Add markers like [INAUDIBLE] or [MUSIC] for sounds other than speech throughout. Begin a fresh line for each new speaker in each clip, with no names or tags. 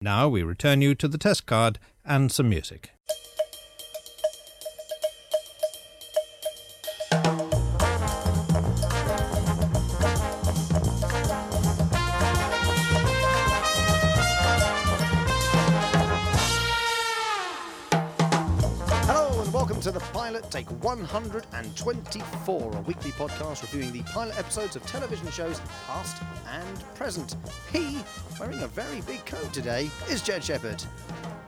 Now we return you to the test card and some music.
Hello and welcome to The Pilot Take 124, a weekly podcast reviewing the pilot episodes of television shows past and present. He, wearing a very big coat today, is Jed Shepherd.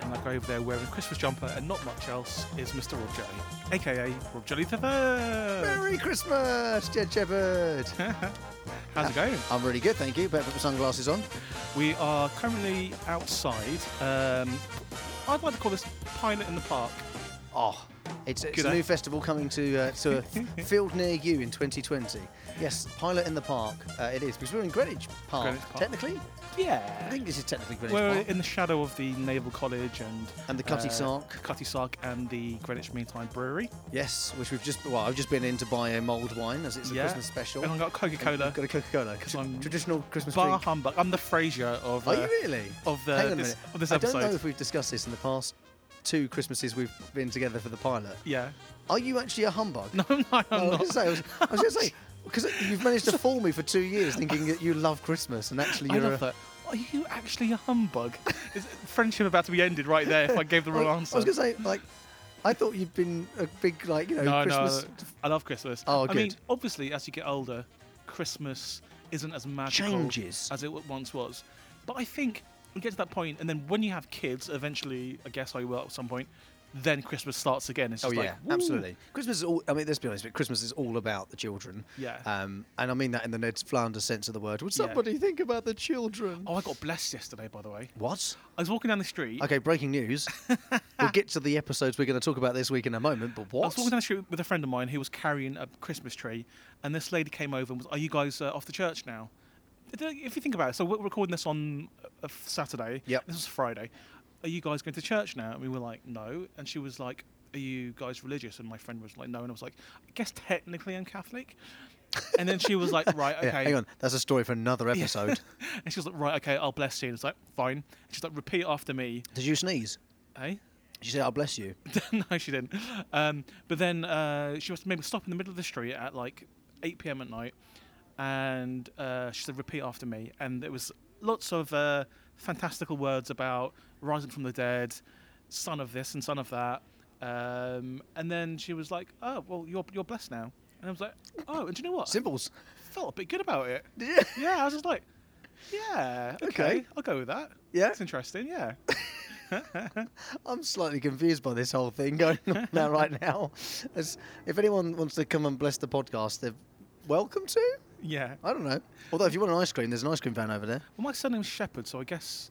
And that guy over there wearing a Christmas jumper and not much else is Mr. Rob Jelly, aka Rob Jelly the Third.
Merry Christmas, Jed
[LAUGHS]
Shepherd!
How's it going?
I'm really good, thank you. Better put my sunglasses on.
We are currently outside. Um, I'd like to call this Pilot in the Park.
Oh, it's, it's
Good,
a
eh?
new festival coming to uh,
[LAUGHS]
to a f- field near you in 2020. Yes, Pilot in the Park. Uh, it is because we're in Greenwich Park,
Greenwich Park.
technically.
Yeah.
I think this is technically Greenwich
We're
Park.
in the shadow of the Naval College and
And the
Uh,
Cutty Sark.
Cutty Sark and the Greenwich Meantime Brewery.
Yes, which we've just well, I've just been in to buy a mulled wine as it's a Christmas special.
And I've got Coca Cola.
I've got a Coca Cola.
Because I'm
traditional Christmas
Bar
drink.
humbug. I'm the Frasier of.
Are
uh,
you really?
of the-
Hang on a
this-
minute.
of this
I don't know
episode.
if we've discussed this in the past two Christmases we've been together for the pilot.
[LAUGHS] Yeah. [LAUGHS]
Are you actually a humbug? No,
I'm not.
I was going to say, I was, going to
[LAUGHS]
say, because you've managed to fool me for two years thinking that you love Christmas and actually
I
you're
love
a.
that. Are you actually a
[LAUGHS]
humbug? Is friendship about to be ended right there if I gave the
I,
wrong
I
answer?
was going to say, like, I thought you'd been a big, like, you know,
no,
Christmas.
no, I love Christmas.
Oh,
I mean,
good.
obviously, as you get older, Christmas isn't as magical
Changes.
as it w- once was. But I think we get to that point, and then when you have kids, eventually, I guess I will at some point. Then Christmas starts again. It's
Oh
just like,
yeah,
"Woo!"
absolutely. Christmas is all. I mean, let's be honest, but Christmas is all about the children.
Yeah.
Um, and I mean that in the Ned Flanders sense of the word. Would
Yeah.
somebody think about the children?
Oh, I got blessed yesterday, by the way.
What?
I was walking down the street.
Okay, breaking
[LAUGHS]
news. we'll get to the episodes we're going to talk about this week in a moment. But
I
what?
was walking down the street with a friend of mine who was carrying a Christmas tree, and this lady came over and was, "Are you guys uh, off the church now?" If you think about it, so we're recording this on a f- Saturday.
Yep.
This was Friday. Are you guys going to church now? And we were like, "No," and she was like, "Are you guys religious?" And my friend was like, "No," and I was like, "I guess technically I'm Catholic." And then
[LAUGHS]
she was like, "Right, okay."
Yeah, hang on, that's a story for another episode.
[LAUGHS] And she was like, "Right, okay, I'll bless you." And it's like, "Fine." And she's like, "Repeat after me." "Eh?"
Did you sneeze?
Hey.
Did you say, "I'll bless
[LAUGHS]
you"?
no, she didn't. Um, but then uh, she was maybe stop in the middle of the street at like 8 p.m. at night, and uh, she said, "Repeat after me." And there was lots of uh, fantastical words about rising from the dead, son of this and son of that. Um, and then she was like, "Oh, well, you're you're blessed now." And I was like, "Oh, and do you know what?
Symbols.
I felt a bit good about it.
Yeah.
Yeah, I was just like." Yeah. Okay.
Okay.
I'll go with that.
Yeah.
It's interesting. Yeah.
[LAUGHS]
[LAUGHS]
I'm slightly confused by this whole thing going
[LAUGHS]
on now right now. As, if anyone wants to come and bless the podcast, they're welcome to.
Yeah.
I don't know. Although, if you want an ice cream, there's an ice cream van over there.
Well, my surname's Shepherd, so I guess.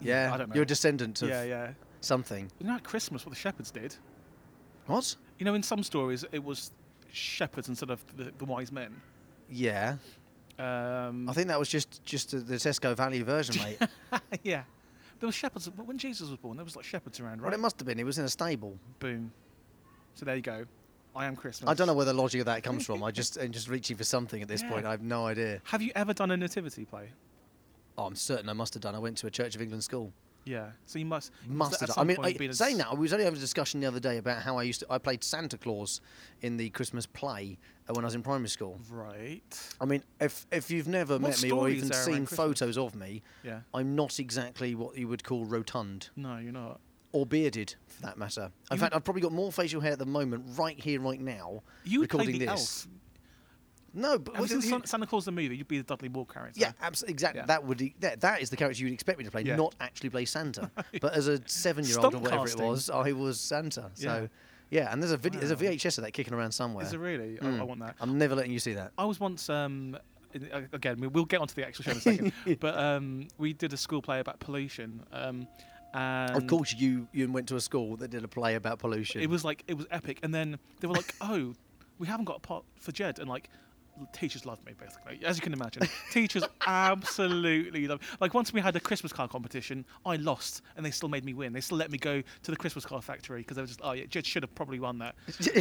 Yeah,
I don't know.
you're a descendant of
yeah, yeah.
something.
You know, at Christmas, what the shepherds did.
What?
You know, in some stories, it was shepherds instead of the, the wise men.
Yeah,
Um,
I think that was just just the Tesco Valley version, mate.
[LAUGHS] yeah, there was shepherds. But when Jesus was born, there was like shepherds around,
Well,
right?
it must have been. It was in a stable.
Boom. So there you go. I am Christmas.
I don't know where the logic of that comes from. I
[LAUGHS]
just I'm just reaching for something at this point.
Yeah.
I have no idea.
Have you ever done a nativity play?
Oh, I'm certain I must have done. I went to a Church of England school.
Yeah. So you must. you
Must
at
have done. I
some
mean,
point been
I,
a-
saying that, I was only having a discussion the other day about how I used to. I played Santa Claus in the Christmas play uh, when I was in primary school.
Right.
I mean, if if you've never
What
met me or
story is
even
there around
seen
Christmas?
photos of me,
Yeah.
I'm not exactly what you would call rotund.
No, you're not.
or bearded for that matter. In
You
fact,
would-
I've probably got more facial hair at the moment, right here, right now,
You would play
recording
the
this.
elf.
No, but
Have you
well,
seen
you-
San- Santa Claus the movie? You'd be the Dudley Moore character.
yeah, absolutely, exactly.
Yeah.
That would e, that, that is the character you'd expect me to play,
Yeah.
not actually play
[LAUGHS]
Santa. but as a seven-year-old or
Stunt
whatever
casting.
it was, I was Santa. So
Yeah.
yeah, and there's a video, there's a
Wow.
VHS of that kicking around somewhere. Mm.
Is it really?
Hmm.
I, I want that.
I'm never letting you see that.
I was once um, in- uh, again. we- We'll get onto the actual show in a
[LAUGHS]
second, but um, we did a school play about pollution. Um, and
of course, you you went to a school that did a play about pollution.
it was like it was epic. And then they were like, "Oh, we haven't got a pot for Jed," and like. Teachers loved me, basically, as you can imagine. Teachers absolutely loved. Like once we had a Christmas car competition, I lost, and they still made me win. They still let me go to the Christmas car factory because they were just, oh yeah, Jed should have probably won that.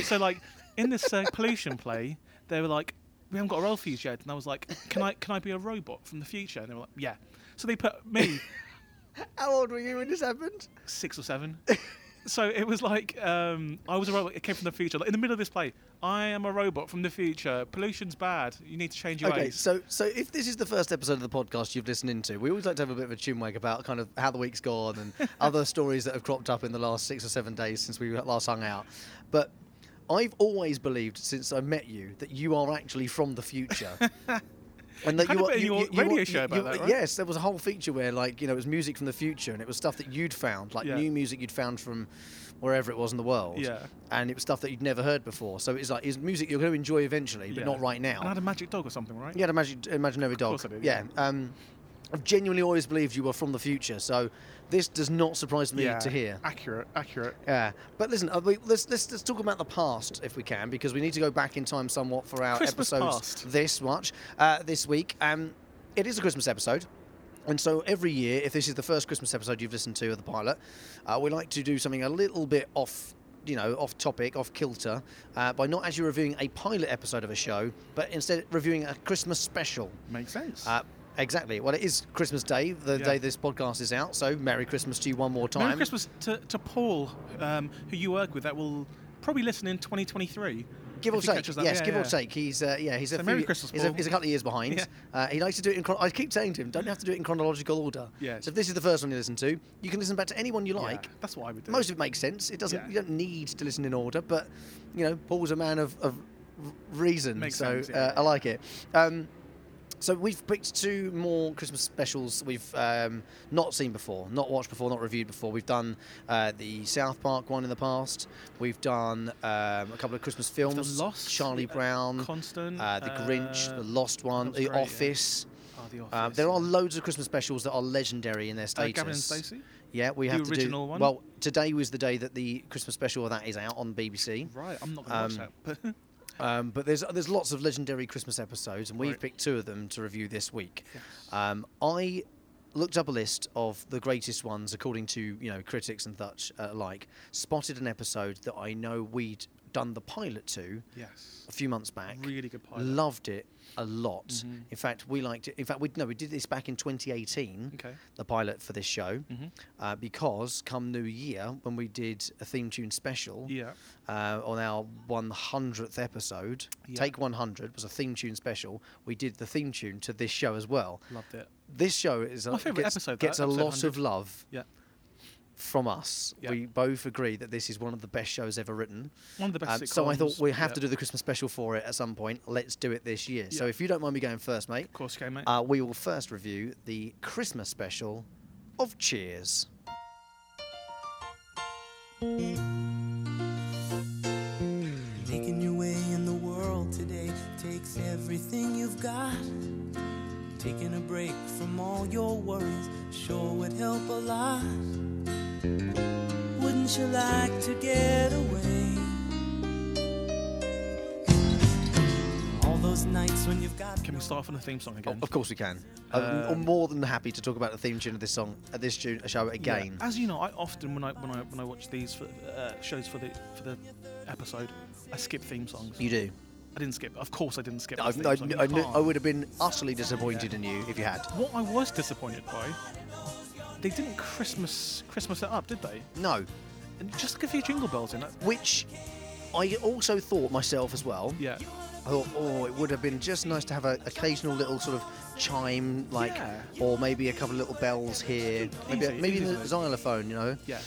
so like in this uh, pollution play, they were like, we haven't got a role for you, Jed, and I was like, can I can I be a robot from the future? And they were like, yeah. So they put me
How old were you when this happened?
six or seven. [LAUGHS] so it was like um, I was a robot. It came from the future. Like, in the middle of this play, I am a robot from the future. Pollution's bad. You need to change your
Okay,
ways.
so so if this is the first episode of the podcast you've listened into, we always like to have a bit of a chinwag about kind of how the week's gone
[LAUGHS]
and other stories that have cropped up in the last six or seven days since we last hung out. But I've always believed since I met you that you are actually from the
[LAUGHS]
future. And that
had a bit in your radio show about that, right?
Yes, there was a whole feature where, like, you know, it was music from the future, and it was stuff that you'd found, like
Yeah.
new music you'd found from wherever it was in the world.
Yeah.
And it was stuff that you'd never heard before. So it's like, it's music you're going to enjoy eventually, but
Yeah.
not right now.
And I had a magic dog or something, right?
You had a magic, imaginary dog.
course I did,
yeah. Um, I've genuinely always believed you were from the future, so this does not surprise me to hear.
Accurate, accurate.
Yeah, but listen, uh, we, let's, let's let's talk about the past if we can, because we need to go back in time somewhat for our
Christmas
episodes
past.
this much uh, this week. Um, it is a Christmas episode. And so every year, if this is the first Christmas episode you've listened to of the pilot, uh, we like to do something a little bit off, you know, off topic, off kilter, uh, by not actually reviewing a pilot episode of a show, but instead reviewing a Christmas special.
Makes sense.
Uh, exactly. Well, it is Christmas Day, the
Yeah.
day this podcast is out. So Merry Christmas to you one more time.
Merry Christmas to, to Paul, um, who you work with, that will probably listen in 2023.
Give or
if he
take,
catches
yes,
that. Yeah,
give or
yeah.
take. He's uh, yeah, he's a
So Merry
few-
Christmas,
he's, a,
Paul.
he's a couple of years behind.
Yeah.
Uh, he likes to do it in. Chron- I keep saying to him, don't have to do it in chronological order.
Yeah.
So if this is the first one you listen to, you can listen back to anyone you
Yeah,
like.
that's what I would do.
Most of it makes sense. It doesn't.
Yeah.
You don't need to listen in order, but you know, Paul's a man of, of r- reason,
Makes
so
sense,
uh,
yeah.
I like it. Um, so we've picked two more Christmas specials we've um, not seen before, not watched before, not reviewed before. We've done uh, the South Park one in the past. We've done um, a couple of Christmas
The
films:
Lost,
Charlie
uh,
Brown,
Constant,
uh, The Grinch,
uh,
The Lost One,
that was
The
great, yeah.
Office.
oh, the office.
Um, there are loads of Christmas specials that are legendary in their
uh,
status.
Gavin and Stacey.
Yeah, we
The
have to
original
do.
one?
Well, today was the day that the Christmas special of that is out on BBC.
Right, I'm not going to
Um,
watch that. [LAUGHS] But
Um, but there's there's lots of legendary Christmas episodes, and we've
Right.
picked two of them to review this week.
Yes.
Um, I looked up a list of the greatest ones according to you know critics and such uh, alike. Spotted an episode that I know we'd done the pilot to
yes,
a few months back.
really good pilot. Mm-hmm.
Loved it a lot. In fact, we liked it. In fact, we no, we did this back in 2018.
Okay. Mm-hmm.
The pilot for this show, uh, because come New Year when we did a theme tune special
yeah.
uh, on our 100th episode.
Yeah.
Take 100 was a theme tune special. We did the theme tune to this show as well.
Loved it.
This show is a,
My favourite
gets,
episode, that,
gets a
episode
lot of
100.
love
Yeah.
from us.
Yeah.
We both agree that this is one of the best shows ever written.
One of the best
Um, so I thought
sitcoms,
we have
yeah.
to do the Christmas special for it at some point. Let's do it this year. So
Yeah.
if you don't mind me going first, mate,
Of course, okay, mate.
uh, we will first review the Christmas special of Cheers.
Making your way in the world today takes everything you've got. Taking a break from all your worries sure would help a lot. Wouldn't you like to get away? All those nights when you've got.
Can we
no-
start off on Uh, the theme song
Oh,
again?
of course we can. I'm I'm more than happy to talk about the theme tune of this song, uh, this tune, show
Yeah,
again.
As you know, I often when I when I when I watch these for, uh, shows for the for the episode, I skip theme songs.
You do.
I didn't skip. Of course, I didn't skip.
I,
the theme
I,
song.
I,
You
knew-
can't.
I would have been utterly disappointed in you if you had.
What I was disappointed by, they didn't Christmas Christmas it up, did they?
No,
And just like a few jingle bells in it.
which I also thought myself as well.
Yeah.
I thought, oh, it would have been just nice to have an occasional little sort of chime, like,
Yeah.
or maybe a couple of little bells here, maybe
Easy,
maybe
easy
the
to do.
xylophone, you know.
Yeah.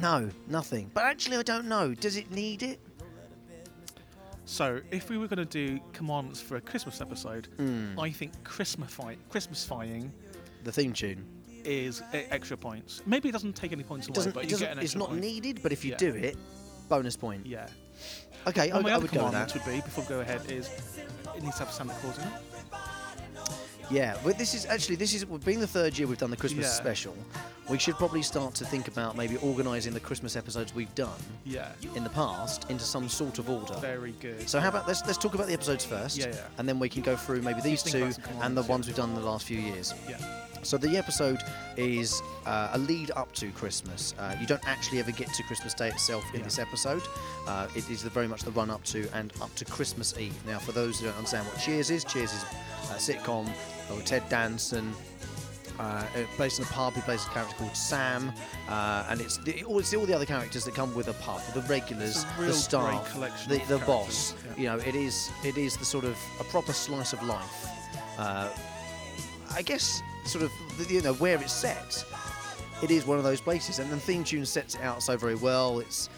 No, nothing. But actually, I don't know. Does it need it?
So if we were going to do commandments for a Christmas episode,
Hmm.
I think Christmasify Christmasifying
The theme tune.
is e- extra points. Maybe it doesn't take any points away,
It doesn't.
but
It
you get
doesn't
an
it's
extra
not
point.
needed, but if you
Yeah.
do it, bonus point.
Yeah.
Okay, I,
Well, my
I
other
would go with
commandment
that.
Oh, would be before we go ahead is it needs to have Santa Claus in it.
Yeah, but this is actually this is being the third year we've done the Christmas
Yeah.
special. We should probably start to think about maybe organising the Christmas episodes we've done
Yeah.
in the past into some sort of order.
Very good.
So how about let's let's talk about the episodes first,
Yeah, yeah.
and then we can go through maybe these
think
two
about some common
and the
ones, yeah.
ones we've done in the last few years.
yeah.
So the episode is uh, a lead up to Christmas. Uh, you don't actually ever get to Christmas Day itself in
Yeah.
this episode. Uh, it is the, very much the run up to and up to Christmas Eve. Now, for those who don't understand what Cheers is, Cheers is a sitcom with Ted Danson. Uh, it plays in a pub. He plays a character called Sam, uh, and it's the, all, it's all the other characters that come with a pub, the regulars,
It's a real
the
great
staff,
collection
the,
of
the
characters,
boss.
yeah.
You know, it is it is the sort of a proper slice of life. Uh, I guess sort of the- you know where it's set. It is one of those places, and the theme tune sets it out so very well. It's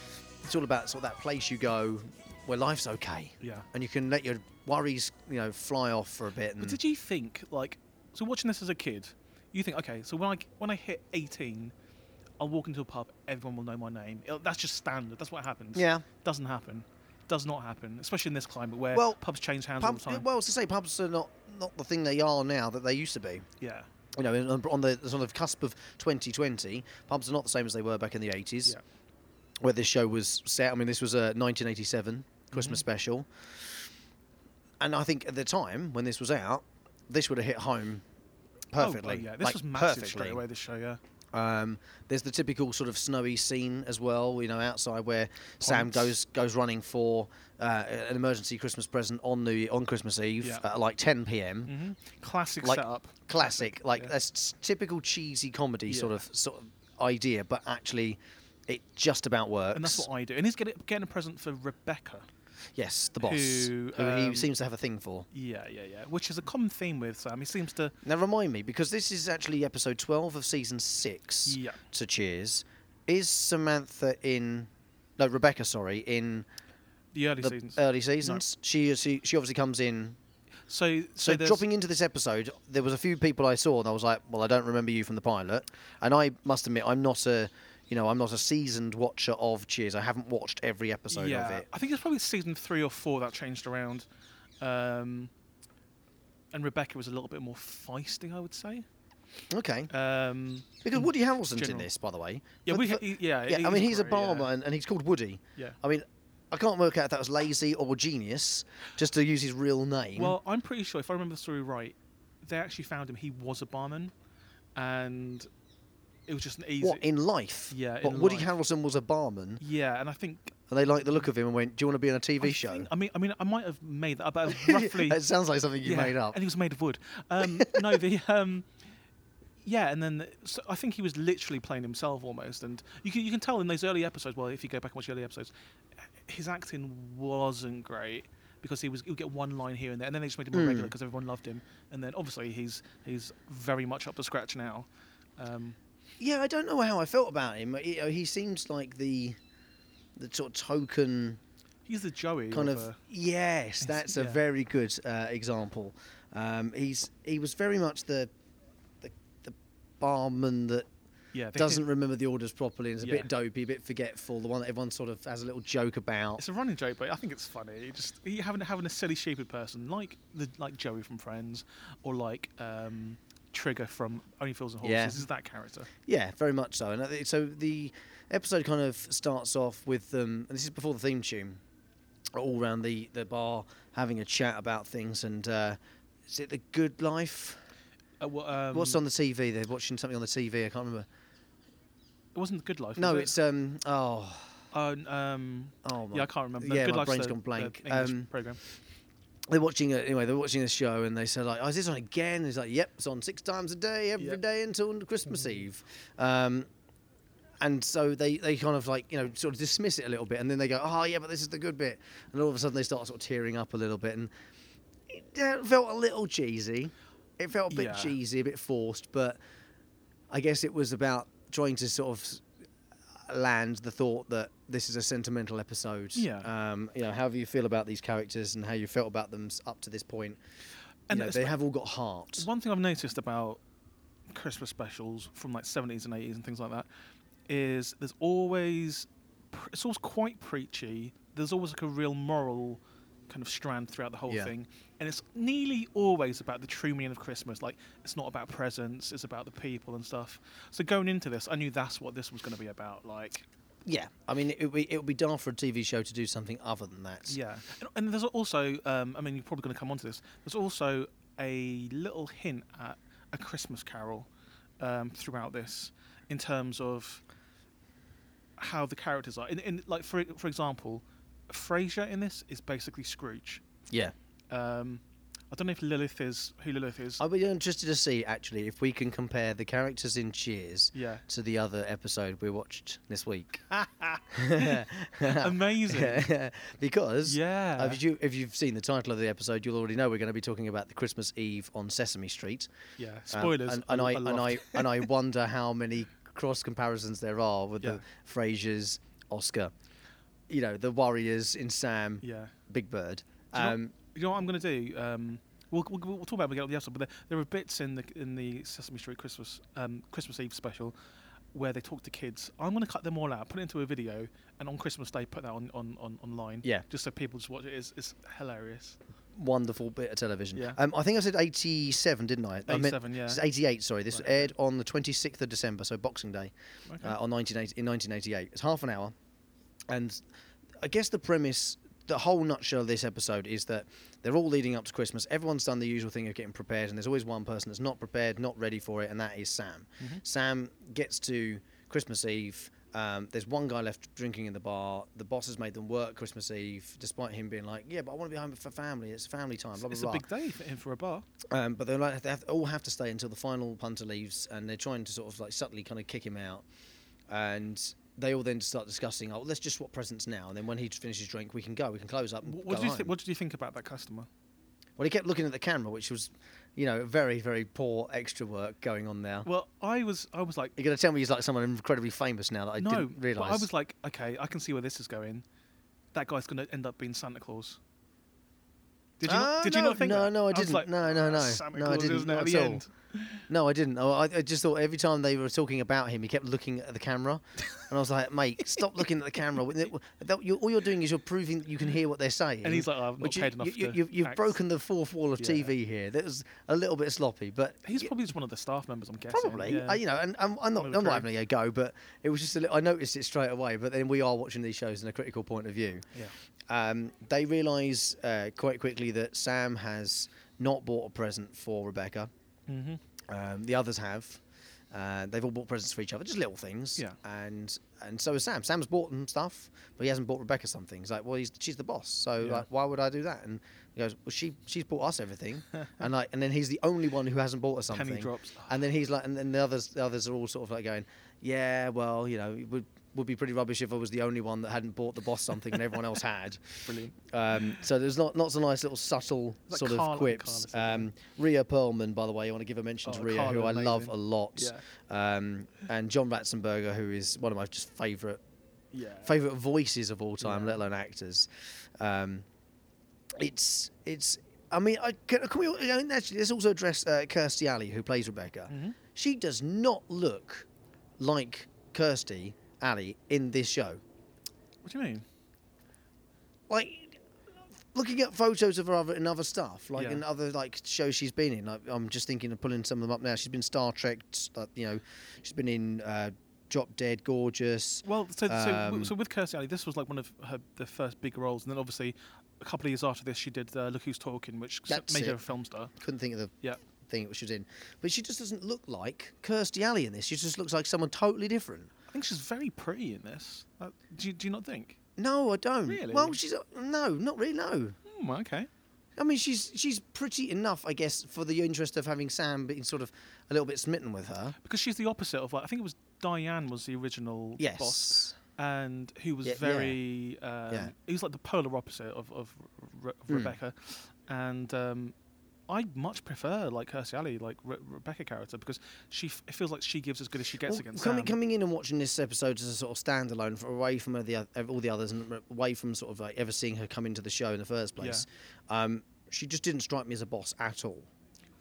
it's all about sort of that place you go where life's okay,
Yeah.
and you can let your worries you know fly off for a bit. And
But did you think like so watching this as a kid, you think okay, so when I when I hit 18, I'll walk into a pub, everyone will know my name. It'll- that's just standard. That's what happens.
Yeah.
Doesn't happen. Does not happen, especially in this climate where
Well,
pubs change hands
pubs,
all the time.
well, as I say, pubs are not not the thing they are now that they used to be.
yeah.
You know, in- on the sort of cusp of 2020, pubs are not the same as they were back in the 80s,
Yeah.
where this show was set. I mean, this was a 1987 Christmas
Mm-hmm.
special, and I think at the time when this was out, this would have hit home perfectly.
Oh, yeah, this
like,
was massive
perfectly.
straight away. This show, yeah.
Um, there's the typical sort of snowy scene as well, you know, outside where Sam goes goes running for uh, an emergency Christmas present on the on Christmas Eve
Yeah.
at like 10 p.m.
hmm Classic
Mm-hmm. Like
setup.
classic, like
yeah.
that's s- typical cheesy comedy sort
Yeah.
of sort of idea, but actually, it just about works.
And that's what I do. And he's getting, getting a present for Rebecca.
yes, the boss,
who,
he
um,
seems to have a thing for.
Yeah, yeah, yeah. Which is a common theme with Sam. He seems to.
Now remind me, because this is actually episode 12 of season six.
Yeah.
To Cheers, is Samantha in? No, Rebecca. Sorry, in.
The early
the uh,
seasons.
early seasons. She, she she obviously comes in.
so,
So,
so, there's
dropping into this episode, there was a few people I saw, and I was like, "Well, I don't remember you from the pilot." And I must admit, I'm not a, you know, I'm not a seasoned watcher of Cheers. I haven't watched every episode
yeah,
of it.
I think it's probably season three or four that changed around. Um, and Rebecca was a little bit more feisty, I would say.
Okay,
Um,
because Woody Harrelson's in
general.
this, by the way.
yeah,
But
we,
the-
he, yeah,
yeah, I mean, he's a
great, yeah.
barman, and, and he's called Woody.
Yeah.
I mean, I can't work out if that was lazy or genius, just to use his real name.
Well, I'm pretty sure, if I remember the story right, they actually found him. He was a barman, and it was just an easy.
what in life?
Yeah,
What,
in
Woody
life.
Harrelson was a barman,
yeah, and I think.
and they liked the look of him and went, "Do you want to be in a TV
I
show?"
think- I mean, I mean, I might have made that
[LAUGHS]
up, but roughly.
it sounds like something you
yeah,
made up.
And he was made of wood.
[LAUGHS]
Um, no, the um, yeah, and then the, so I think he was literally playing himself almost, and you can you can tell in those early episodes. Well, if you go back and watch the early episodes, his acting wasn't great because he was he would get one line here and there, and then they just made him more regular
Hmm.
because everyone loved him, and then obviously he's he's very much up to scratch now. Um,
Yeah, I don't know how I felt about him. You know, he seems like the the sort of token
he's the Joey
kind
a-
of. Yes, that's a
yeah.
very good uh, example. Um, he's he was very much the the, the barman that
yeah they-
doesn't remember the orders properly and is a
Yeah.
bit dopey, a bit forgetful. The one that everyone sort of has a little joke about.
It's a running joke, but I think it's funny. You Just you having having a silly, stupid person like the like Joey from Friends, or like um, Trigger from Only Fools and Horses
Yeah.
is that character.
Yeah, very much so. And I think- so the episode kind of starts off with um, and this is before the theme tune, all round the the bar having a chat about things and. Uh, is it the good life?
Uh, well, um,
What's on the TV? They're watching something on the TV. I can't remember.
It wasn't Good Life.
No,
was it?
it's um. Oh,
Uh, um,
oh my.
yeah, I can't remember. No,
yeah,
Good
my
Life's
brain's
the-
gone
the
blank.
English
Um,
program.
They're watching it anyway. They're watching the show and they said like, "Oh, is this on again?" He's like, "Yep, it's on six times a day, every day
Yep. Mm-hmm.
until Christmas Eve." Um, and so they they kind of like you know sort of dismiss it a little bit, and then they go, "Oh yeah, but this is the good bit," and all of a sudden they start sort of tearing up a little bit, and it uh, felt a little cheesy. It felt a bit
Yeah.
cheesy, a bit forced, but I guess it was about trying to sort of s- land the thought that this is a sentimental episode.
Yeah.
Um, you know, however you feel about these characters and how you felt about them s- up to this point.
And
And know,
it's
they
like-
have all got heart.
One thing I've noticed about Christmas specials from like 70s and 80s and things like that is there's always pr- it's always quite preachy. There's always like a real moral kind of strand throughout the whole
Yeah.
thing, and it's nearly always about the true meaning of Christmas. Like it's not about presents, it's about the people and stuff. So going into this, I knew that's what this was going to be about. Like
Yeah. I mean, it would be, it would be daft for a TV show to do something other than that.
Yeah, and, and there's also, um, I mean, you're probably going to come onto this. There's also a little hint at a Christmas Carol um, throughout this, in terms of how the characters are. In, in like for for example, Frasier in this is basically Scrooge.
Yeah.
Um, I don't know if Lilith is who Lilith is.
I'll be interested to see actually if we can compare the characters in Cheers [LAUGHS]
Yeah.
to the other episode we watched this week. [LAUGHS] Uh,
Amazing.
because
Yeah.
uh, if you if you've seen the title of the episode, you'll already know we're going to be talking about the Christmas Eve on Sesame Street.
yeah.
Um,
Spoilers.
and, and I, and
loved
I
it.
and I wonder how many cross comparisons there are with
Yeah.
the Frasers, Oscar, you know, the Warriors in Sam,
[LAUGHS] Yeah.
Big Bird.
Do you know-
Um,
you know what I'm going to do? Um, we'll, we'll, we'll talk about it when we get on the episode, but there, there are bits in the in the Sesame Street Christmas um, Christmas Eve special where they talk to kids. I'm going to cut them all out, put it into a video, and on Christmas Day put that on, on, on online.
Yeah.
Just so people just watch it. It's, it's hilarious.
wonderful bit of television.
Yeah.
Um, I think I said 87, didn't I? I meant-
87, yeah.
s- 88, sorry. This
Right, okay.
aired on the 26th of December, so Boxing Day,
Okay.
uh, on 1980, in 1988. It's half an hour. And I guess the premise, the whole nutshell of this episode is that they're all leading up to Christmas. Everyone's done the usual thing of getting prepared, and there's always one person that's not prepared, not ready for it, and that is Sam.
Mm-hmm.
Sam gets to Christmas Eve. Um, there's one guy left drinking in the bar. The boss has made them work Christmas Eve, despite him being like, "Yeah, but I want to be home for family. It's family time." Blah blah
it's
blah.
a big day for, in for a bar.
Um, but they're like, they have, all have to stay until the final punter leaves, and they're trying to sort of like subtly kind of kick him out. And they all then start discussing, oh, let's just swap presents now. And then when he finishes his drink, we can go, we can close up. And
Wh- What
go
did, you
home.
th- what did you think about that customer?
Well, he kept looking at the camera, which was, you know, very, very poor extra work going on there.
Well, I was I was like,
You're going to tell me he's like someone incredibly famous now that I
no.
didn't
but
realise.
I was like, okay, I can see where this is going. That guy's going to end up being Santa Claus. Did you,
Ah,
not, did you
no,
not think
no,
that?
no, I
was
didn't. No, no,
"Ah,
no.
Santa
No, I
Claus,
didn't,
isn't it,
not
at
at
the
all.
end?
No, I didn't. Oh, I, I just thought every time they were talking about him, he kept looking at the camera, and I was like,
[LAUGHS]
"Mate, stop looking at the camera. When it- that- you- all you're doing is you're proving that you can hear what they're saying."
And he's like, "Oh, I've not
which
paid
you,
enough
You,
to
have
act."
broken the fourth wall of
Yeah.
TV here. That was a little bit sloppy, but
He's
y-
probably just one of the staff members, I'm guessing.
probably,
yeah.
uh, you know. And I'm, I'm not,
Well,
I'm not
true.
having a go, but it was just a little, I noticed it straight away. But then we are watching these shows in a critical point of view.
Yeah.
Um, they realise uh, quite quickly that Sam has not bought a present for Rebecca.
Mm-hmm.
Um, the others have. Uh, they've all bought presents for each other, just little things.
Yeah.
And and so has Sam. Sam's bought them stuff, but he hasn't bought Rebecca something. He's like, well, he's, she's the boss, so
Yeah.
like, why would I do that? And he goes, well, she she's bought us
[LAUGHS]
everything, and like, and then he's the only one who hasn't bought us
Penny
something.
drops.
And then he's like, and then the others the others are all sort of like going, yeah, well, you know, it would would be pretty rubbish if I was the only one that hadn't bought the boss something and everyone else had.
[LAUGHS] Brilliant.
Um, so there's not lots of nice little subtle
It's like
sort of
Carla-
quips.
Carla's, isn't
um, Rhea Perlman, by the way, I want to give a mention to
Oh,
Rhea, who I
Carla,
love a
amazing.
lot, um, and John Ratzenberger, who is one of my just favourite
Yeah.
favourite voices of all time,
Yeah.
let alone actors. Um, it's it's. I mean, I can, can we? all- I mean, actually, let's also address uh, Kirstie Alley, who plays Rebecca.
Mm-hmm.
She does not look like Kirstie Alley in this show.
What do you mean?
like looking at photos of her other, in other stuff, like
Yeah.
in other like shows she's been in. Like I'm just thinking of pulling some of them up now. She's been Star Trek, s- like, you know, she's been in uh, Drop Dead, Gorgeous.
Well, so so, w
Um,
so with Kirstie Alley, this was like one of her the first big roles, and then obviously a couple of years after this, she did uh, Look Who's Talking, which s-
That's
made her
it.
a film star.
Couldn't think of the
Yeah.
thing that she was in, but she just doesn't look like Kirstie Alley in this. She just looks like someone totally different.
I think she's very pretty in this. Uh, do, you, do you not think?
No, I don't.
Really?
Well, she's no, not really. No.
Hmm, okay.
I mean, she's she's pretty enough, I guess, for the interest of having Sam being sort of a little bit smitten with her.
Because she's the opposite of like I think it was Diane was the original
Yes.
boss, and who was
Yeah, yeah.
very Um,
Yeah.
he was like the polar opposite of of, Re- of
Mm.
Rebecca, and um, I much prefer like Kirstie Alley like Re- Rebecca character because she f- it feels like she gives as good as she gets
Well,
against
coming,
Sam.
coming in and watching this episode as a sort of standalone, for away from the oth- all the others, and r- away from sort of like ever seeing her come into the show in the first place. Um, she just didn't strike me as a boss at all.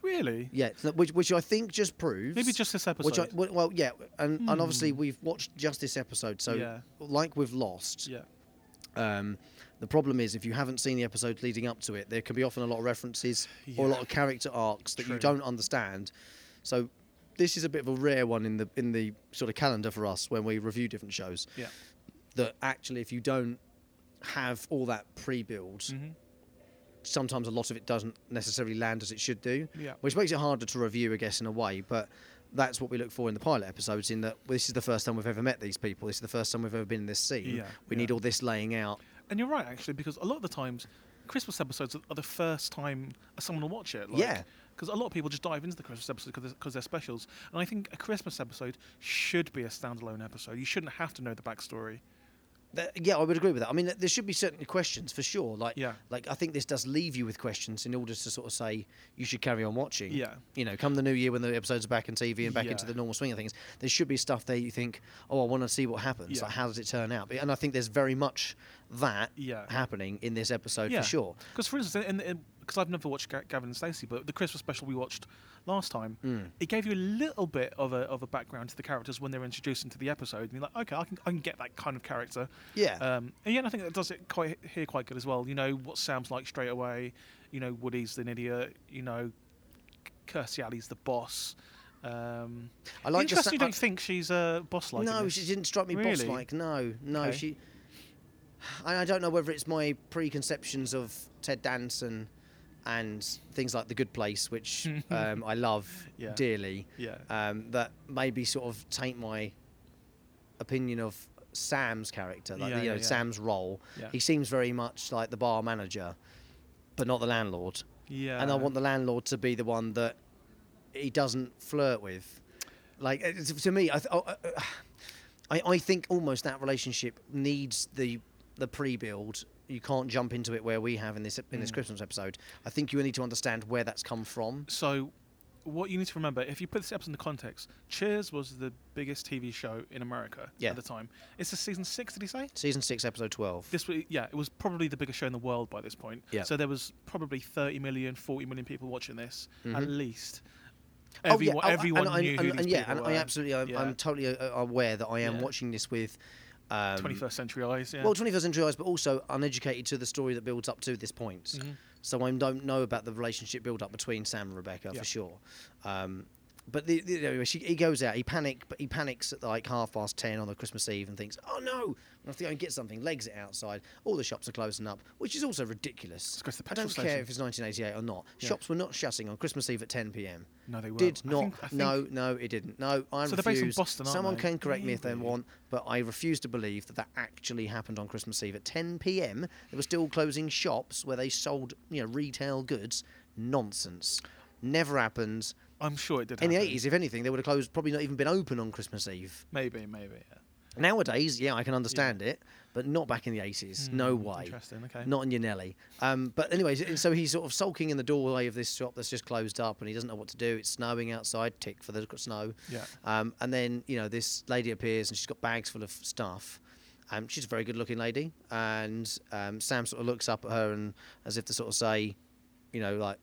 Really?
Yeah, so- which which I think just proves
Maybe just this episode. Hmm.
Which I, well, well, yeah, and, and obviously we've watched just this episode, so
Yeah.
like we've lost.
yeah.
Um, the problem is if you haven't seen the episode leading up to it, there can be often a lot of references or a
Yeah.
lot of character arcs that you
True.
don't understand. So this is a bit of a rare one in the in the sort of calendar for us when we review different shows.
Yeah.
That actually, if you don't have all that pre-build,
Mm-hmm.
sometimes a lot of it doesn't necessarily land as it should do.
Yeah.
Which makes it harder to review, I guess, in a way. But that's what we look for in the pilot episodes. In that this is the first time we've ever met these people. This is the first time we've ever been in this scene.
Yeah,
we
yeah.
need all this laying out.
And you're right actually because a lot of the times Christmas episodes are the first time someone will watch it.
Yeah.
Because a lot of people just dive into the Christmas episode because they're, 'cause they're specials. And I think a Christmas episode should be a standalone episode. You shouldn't have to know the backstory.
Th- yeah, I would agree with that. I mean, there should be certainly questions for sure. Like,
Yeah.
like I think this does leave you with questions in order to sort of say you should carry on watching.
Yeah.
You know, come the new year when the episodes are back on TV and back into
Yeah.
the normal swing of things, there should be stuff there you think, oh, I want to see what happens.
Yeah.
Like, how does it turn out? But- And I think there's very much that
Yeah.
happening in this episode for sure.
Because for instance, in, in, because I've never watched Ga- Gavin and Stacey, but the Christmas special we watched last time,
Mm.
it gave you a little bit of a, of a background to the characters when they're introduced into the episode. And you're like, okay, I can, I can get that kind of character.
Yeah.
Um, and yeah, and I think that does it quite here quite good as well. You know what Sam's like straight away. You know Woody's an idiot. You know, Kirstie Alley's the boss. Um,
I like the
interesting.
sa-
you don't
I-
think she's a boss like?
no, she didn't strike me boss
Really?
like. No, no,
Okay.
she. And I don't know whether it's my preconceptions of Ted Danson and things like The Good Place,
[LAUGHS]
which um, I love
Yeah.
dearly,
Yeah.
um, that maybe sort of taint my opinion of Sam's character, like
Yeah,
you know
yeah, yeah.
Sam's role.
Yeah.
He seems very much like the bar manager, but not the landlord.
Yeah.
And I want the landlord to be the one that he doesn't flirt with. Like uh, to to me, I, th- oh, uh, [SIGHS] I, I think almost that relationship needs the the pre-build. You can't jump into it where we have in this
Mm.
in this Christmas episode. I think you need to understand where that's come from.
So, what you need to remember, if you put this episode into context, Cheers was the biggest TV show in America
Yeah.
at the time. It's the season six, did he say?
Season six, episode twelve.
This was, yeah, it was probably the biggest show in the world by this point.
Yeah.
So there was probably 30 million, 40 million people watching this at least.
Mm-hmm. Oh, yeah.
Everyone,
Oh, and
everyone
I-
knew
and,
who
and
these
yeah,
people
and
were.
I absolutely, I'm,
Yeah.
I'm totally uh, aware that I am
Yeah.
watching this with. Um,
21st century eyes. Yeah.
Well, 21st century eyes, but also uneducated to the story that builds up to this point.
Mm-hmm.
So I don't know about the relationship build up between Sam and Rebecca
Yeah.
for sure. Um, but the, the, anyway, she, he goes out. He panic, but he panics at like half past ten on the Christmas Eve and thinks, "Oh no, I have to go and get something." Legs it outside. All the shops are closing up, which is also ridiculous.
because the
I don't
petrol
care
station-
if it's 1988 or not. Shops were not shutting on Christmas Eve at 10 p.m.
No, they weren't.
Did
I
not.
think- I think-
no, no, it didn't. No, I
So they're
refuse.
based in Boston, aren't
Someone
they?
can correct me if they
Maybe.
want, but I refuse to believe that that actually happened on Christmas Eve at 10 p.m. They were still closing shops where they sold, you know, retail goods. Nonsense. Never happened.
I'm sure it did
In the
happen.
80s, if anything, they would have closed, probably not even been open on Christmas Eve.
Maybe, maybe. Yeah.
Nowadays, yeah, I can understand it, but not back in the 80s. no way.
Hmm, interesting, okay.
Not in your Nelly. Um, but anyways, and so he's sort of sulking in the doorway of this shop that's just closed up and he doesn't know what to do. It's snowing outside, tick for the snow.
Yeah.
Um, and then, you know, this lady appears and she's got bags full of stuff. Um, she's a very good looking lady. And um, Sam sort of looks up at her and as if to sort of say, you know, like,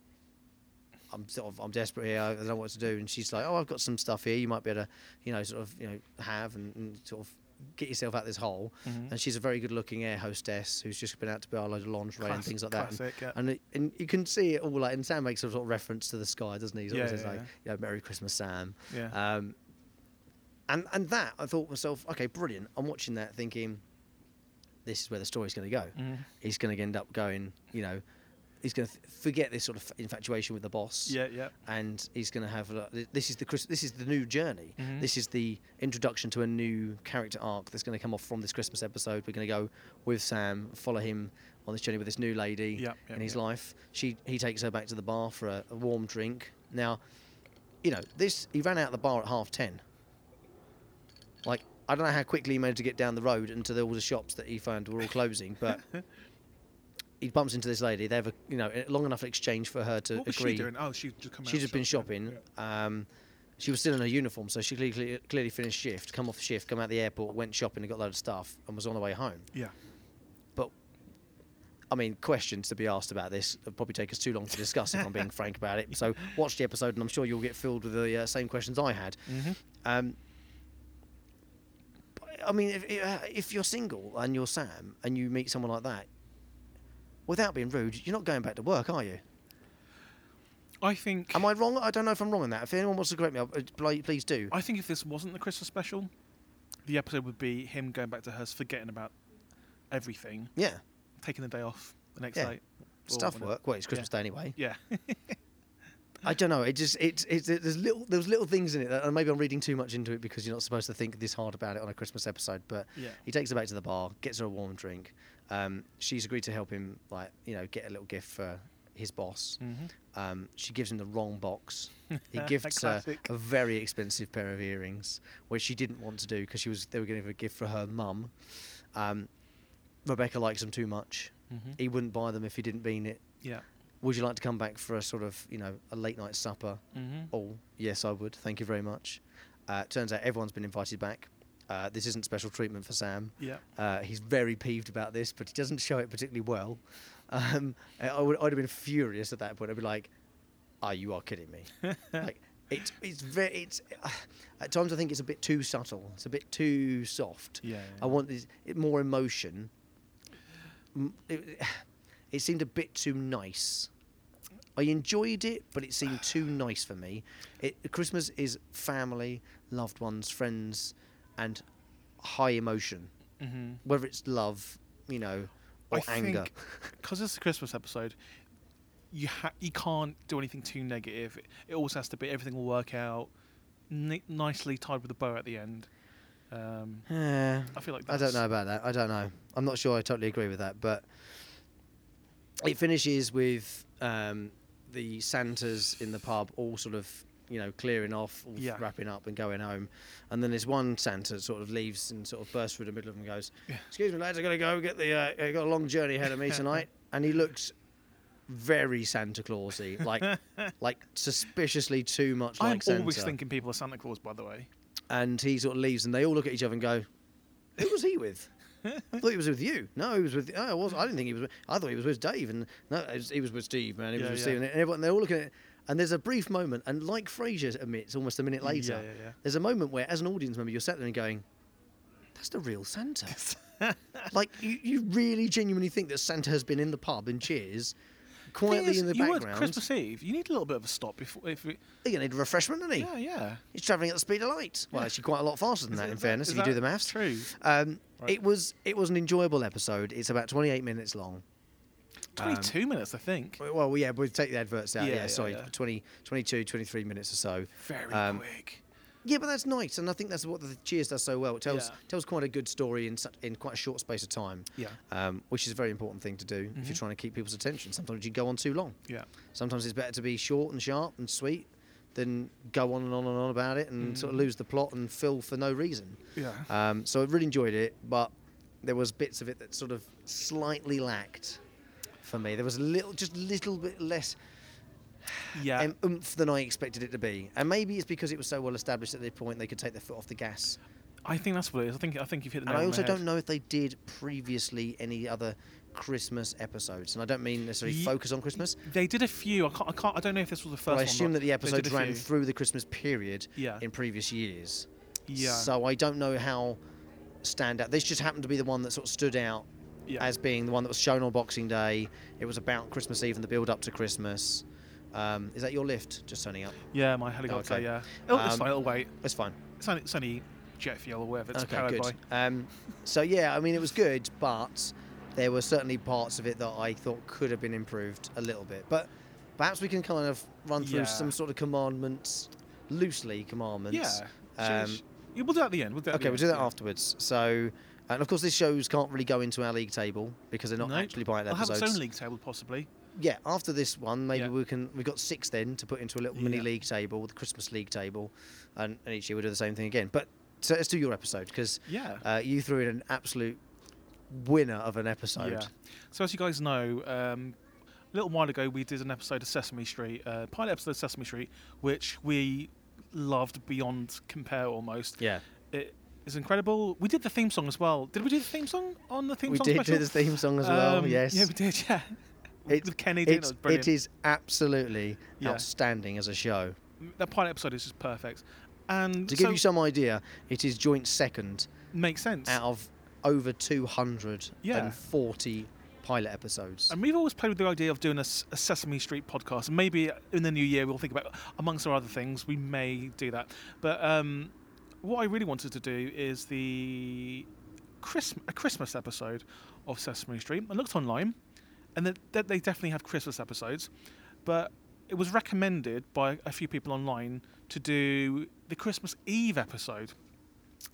I'm sort of I'm desperate here. I don't know what to do. And she's like, "Oh, I've got some stuff here. You might be able to, you know, sort of you know have and, and sort of get yourself out of this hole."
Mm-hmm.
And she's a very good-looking air hostess who's just been out to buy a load of lingerie and
Classic-
things like that. And-
classic, yeah.
And it, and you can see it all like. And Sam makes a sort of reference to the sky, doesn't he? He's always
Yeah,
says
yeah,
like, "You know, Merry Christmas, Sam."
Yeah.
Um, and and that I thought to myself, okay, brilliant. I'm watching that thinking, this is where the story's going to go.
Mm-hmm.
He's going to end up going, you know, he's going to forget this sort of infatuation with the boss
Yeah, yeah.
and he's going to have a, this is the Chris- this is the new journey.
Mhm.
This is the introduction to a new character arc that's going to come off from this Christmas episode. We're going to go with Sam, follow him on this journey with this new lady
Yep, yep,
in his
yep.
life. She he takes her back to the bar for a, a warm drink. Now, you know this. He ran out of the bar at half ten. Like I don't know how quickly he managed to get down the road into the, all the shops that he found were all closing,
[LAUGHS]
but. He bumps into this lady. They have a, you know, a long enough exchange for her to
What was
agree.
she doing? Oh, she just come out.
She'd
of
just been
shop, yeah.
shopping. Um, she was still in her uniform, so she clearly, clearly finished shift, come off shift, come out the airport, went shopping and got a load of stuff, and was on the way home.
Yeah.
But, I mean, questions to be asked about this would probably take us too long to discuss, if I'm
[LAUGHS]
being frank about it. So, watch the episode, and I'm sure you'll get filled with the uh, same questions I had.
Mm-hmm.
Um, but, I mean, if, uh, if you're single and you're Sam and you meet someone like that, without being rude, you're not going back to work, are you?
I think.
Am I wrong? I don't know if I'm wrong on that. If anyone wants to correct me, I'll- uh, pl- please do.
I think if this wasn't the Christmas special, the episode would be him going back to hers, forgetting about everything,
yeah,
taking the day off the next
Yeah.
day. or
stuff [LAUGHS]
whenever.
work. Well, it's Christmas Day anyway.
Yeah.
I don't know. It just it's it's there's little there's little things in it, that, and maybe I'm reading too much into it because you're not supposed to think this hard about it on a Christmas episode. But
Yeah.
he takes her back to the bar, gets her a warm drink. Um, she's agreed to help him, like you know, get a little gift for his boss. Um, she gives him the wrong box. He gifts her
Classic.
a very expensive pair of earrings, which she didn't want to do because she was they were going to give a gift for her mum. Um, Rebecca likes them too much.
Mm-hmm.
He wouldn't buy them if he didn't mean it
[LAUGHS] Yeah.
would you like to come back for a sort of you know a late night supper
Mm-hmm.
oh yes i would thank you very much uh, turns out everyone's been invited back uh, this isn't special treatment for sam
Yeah.
uh, he's very peeved about this but he doesn't show it particularly well um, I- I would, i'd have been furious at that point i'd be like ah you are kidding
[LAUGHS]
me like it's it's very it's uh, at times i think it's a bit too subtle it's a bit too soft
Yeah, yeah,
i want this, it, more emotion M- it, [SIGHS] it seemed a bit too nice I enjoyed it, but it seemed too nice for me. It, Christmas is family, loved ones, friends, and high emotion. Mm-hmm. Whether it's love, you know, or anger.
because it's a Christmas episode, you ha- you can't do anything too negative. It, it always has to be everything will work out ni- nicely tied with a bow at the end. Um,
Yeah. [LAUGHS]
I feel like
I
that's,
don't know about that. I don't know. I'm not sure I totally agree with that, but it finishes with um, the Santas in the pub all sort of, you know, clearing off, all
Yeah.
wrapping up and going home. And then there's one Santa sort of leaves and sort of bursts through the middle of them and goes, Excuse me, lads, i got to go get the, uh, i got a long journey ahead of
[LAUGHS]
me tonight. and he looks very Santa Clausy, like,
[LAUGHS]
like suspiciously too much like
I'm
Santa
always thinking people are Santa Claus, by the way.
and he sort of leaves, and they all look at each other and go, "Who was he
[LAUGHS]
with?" I thought he was with you. No, he was with. Oh, I was. I didn't think he was. With, I thought he was with Dave, and no, it was- he was with Steve, man. He was
Yeah,
with
yeah.
Steve, and everyone. They're all looking at. it. And there's a brief moment, and like Frasier admits, almost a minute later,
yeah, yeah.
there's a moment where, as an audience member, you're sat there and going, "That's the real Santa."
[LAUGHS]
like you, you really genuinely think that Santa has been in the pub in Cheers, quietly
Thing is,
in the
you work
background.
Christmas Eve. You need a little bit of a stop before. If it,
He's gonna need a refreshment, isn't he?
yeah, yeah.
He's travelling at the speed of light. Well, actually, quite a lot faster than that, in
it- is
fairness,
that-
if you do
is
the
that
maths.
true?
Um, It was it was an enjoyable episode. It's about 28 minutes long.
22 minutes, I think.
Well, yeah, we'll take the adverts out. Yeah,
Yeah, yeah,
sorry,
yeah.
20, 22, 23 minutes or so.
Very
Um,
quick.
Yeah, but that's nice, and I think that's what the Cheers does so well. It tells
Yeah.
tells quite a good story in such, in quite a short space of time.
Yeah. Mm-hmm.
um, which is a very important thing to do if you're trying to keep people's attention. Sometimes you go on too long.
Yeah.
Sometimes it's better to be short and sharp and sweet than go on and on and on about it and sort of lose the plot and fill for no reason.
Mm. Yeah.
Um, so I really enjoyed it, but there was bits of it that sort of slightly lacked for me. There was a little, just a little bit less
Yeah.
um, oomph than I expected it to be, and maybe it's because it was so well established at this point they could take their foot off the gas.
I think that's what it is. I think I think you've hit the
And
nail
I
on
also
the head.
don't know if they did previously any other Christmas episodes, and I don't mean necessarily
Ye-
focus on Christmas.
They did a few. I can't. I can't. I don't know if this was the first.
But I
one,
assume that the
they
episodes
did a
ran
few.
through the Christmas period
Yeah.
in previous years.
Yeah.
So I don't know how stand out. This just happened to be the one that sort of stood out
Yeah.
as being the one that was shown on Boxing Day. It was about Christmas Eve and the build up to Christmas. Um, is that your lift just turning up?
yeah, my helicopter.
Okay.
Yeah. It'll, it's
Um,
fine. It'll wait.
That's fine.
It's only, it's only jet fuel or whatever. It's
okay,
powered
good.
by.
Um, so yeah, I mean it was good, but there were certainly parts of it that I thought could have been improved a little bit. But perhaps we can kind of run through
Yeah.
some sort of commandments, loosely commandments.
Yeah.
Um,
Um, we'll do that at the end. We'll do that at
Okay,
the
we'll
end,
do that
yeah.
afterwards. So, and of course, these shows can't really go into our league table because they're not
No,
actually by
I'll have
episodes.
its own league table possibly.
Yeah, after this one, maybe
Yeah.
we can. We've got six then to put into a little mini
Yeah.
league table, the Christmas league table, and, and each year we'll do the same thing again. But so let's do your episode because
Yeah.
uh, you threw in an absolute winner of an episode.
Yeah. So as you guys know, um, a little while ago we did an episode of Sesame Street, uh, pilot episode of Sesame Street, which we loved beyond compare almost.
Yeah.
It is incredible. We did the theme song as well. Did we do the theme song on the theme
We
song
did
special?
do the theme song as well.
Um,
yes.
Yeah, we did. [LAUGHS] Yeah.
It's-
With Kenny doing it
it's,
was brilliant.
it is absolutely
Yeah.
outstanding as a show.
That pilot episode is just perfect. And
To give
so
you some idea, it is joint second
makes sense.
out of over 240
Yeah.
pilot episodes.
And we've always played with the idea of doing a, S- a Sesame Street podcast. And maybe in the new year, we'll think about, amongst our other things, we may do that. But um, what I really wanted to do is the Christmas, a Christmas episode of Sesame Street. I looked online, and that that they definitely have Christmas episodes, but it was recommended by a few people online to do the Christmas Eve episode.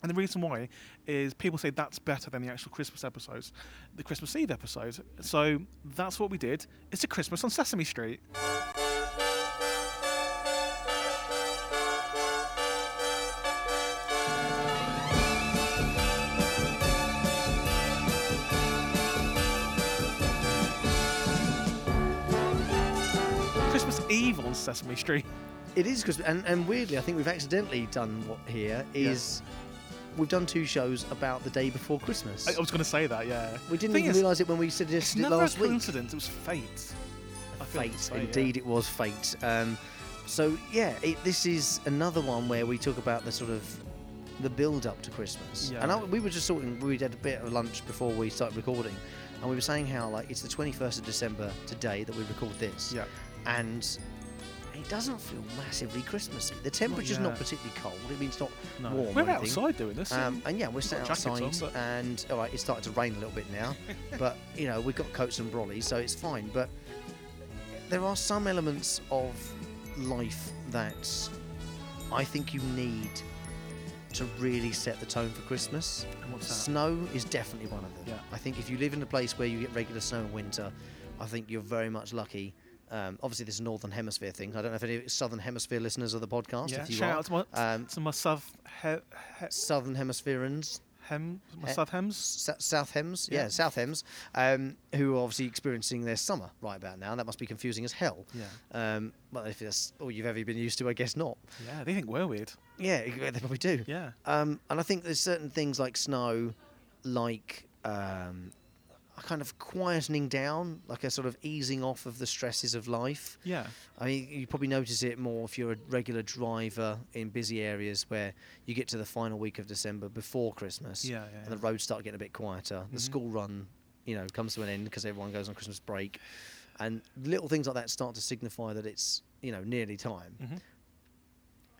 And the reason why is people say that's better than the actual Christmas episodes, the Christmas Eve episode. So that's what we did. It's a Christmas on Sesame Street. Christmas Eve on Sesame Street. [LAUGHS]
It is because, and, and weirdly, I think we've accidentally done what here is we've done two shows about the day before Christmas.
I, I was going to say that, yeah.
we didn't
Thing
even
is,
realise it when we suggested it
never
last
a
week.
coincidence. It was fate. I feel
Fate,
it's fate, yeah.
indeed, it was fate. Um, so yeah, it, this is another one where we talk about the sort of the build up to Christmas.
Yeah.
And I, we were just talking. We had a bit of lunch before we started recording, and we were saying how like it's the 21st of December today that we record this.
Yeah.
and it doesn't feel massively Christmassy. The temperature's
yeah.
not particularly cold. It means not
No.
warm.
We're
or anything.
outside doing this.
Um, and yeah, we're sat
got
outside,
jackets on, but-
and all right, it's starting to rain a little bit
[LAUGHS]
now, but you know we've got coats and brollies, so it's fine. But there are some elements of life that I think you need to really set the tone for Christmas.
And what's that?
Snow is definitely one of them.
Yeah.
I think if you live in a place where you get regular snow in winter, I think you're very much lucky. Um, obviously, this is northern hemisphere thing. I don't know if any southern hemisphere listeners of the podcast.
yeah.
If you
Shout
are,
out to my,
um,
to my South he, he,
southern hemisphereans,
hem, my
He-
South Hems.
Eh, S- South Hems, yeah,
Yeah.
South Hems, um, who are obviously experiencing their summer right about now. That must be confusing as hell.
Yeah.
Um, well, if that's all you've ever been used to, I guess not.
Yeah, they think we're weird.
Yeah, they probably do.
Yeah.
Um, and I think there's certain things like snow, like um, a kind of quietening down, like a sort of easing off of the stresses of life.
Yeah.
I mean, you probably notice it more if you're a regular driver in busy areas where you get to the final week of December before Christmas.
Yeah, yeah,
And the
yeah. Mm-hmm.
roads start getting a bit quieter. The school run, you know, comes to an end because everyone goes on Christmas break. And little things like that start to signify that it's, you know, nearly time.
Mm. Mm-hmm.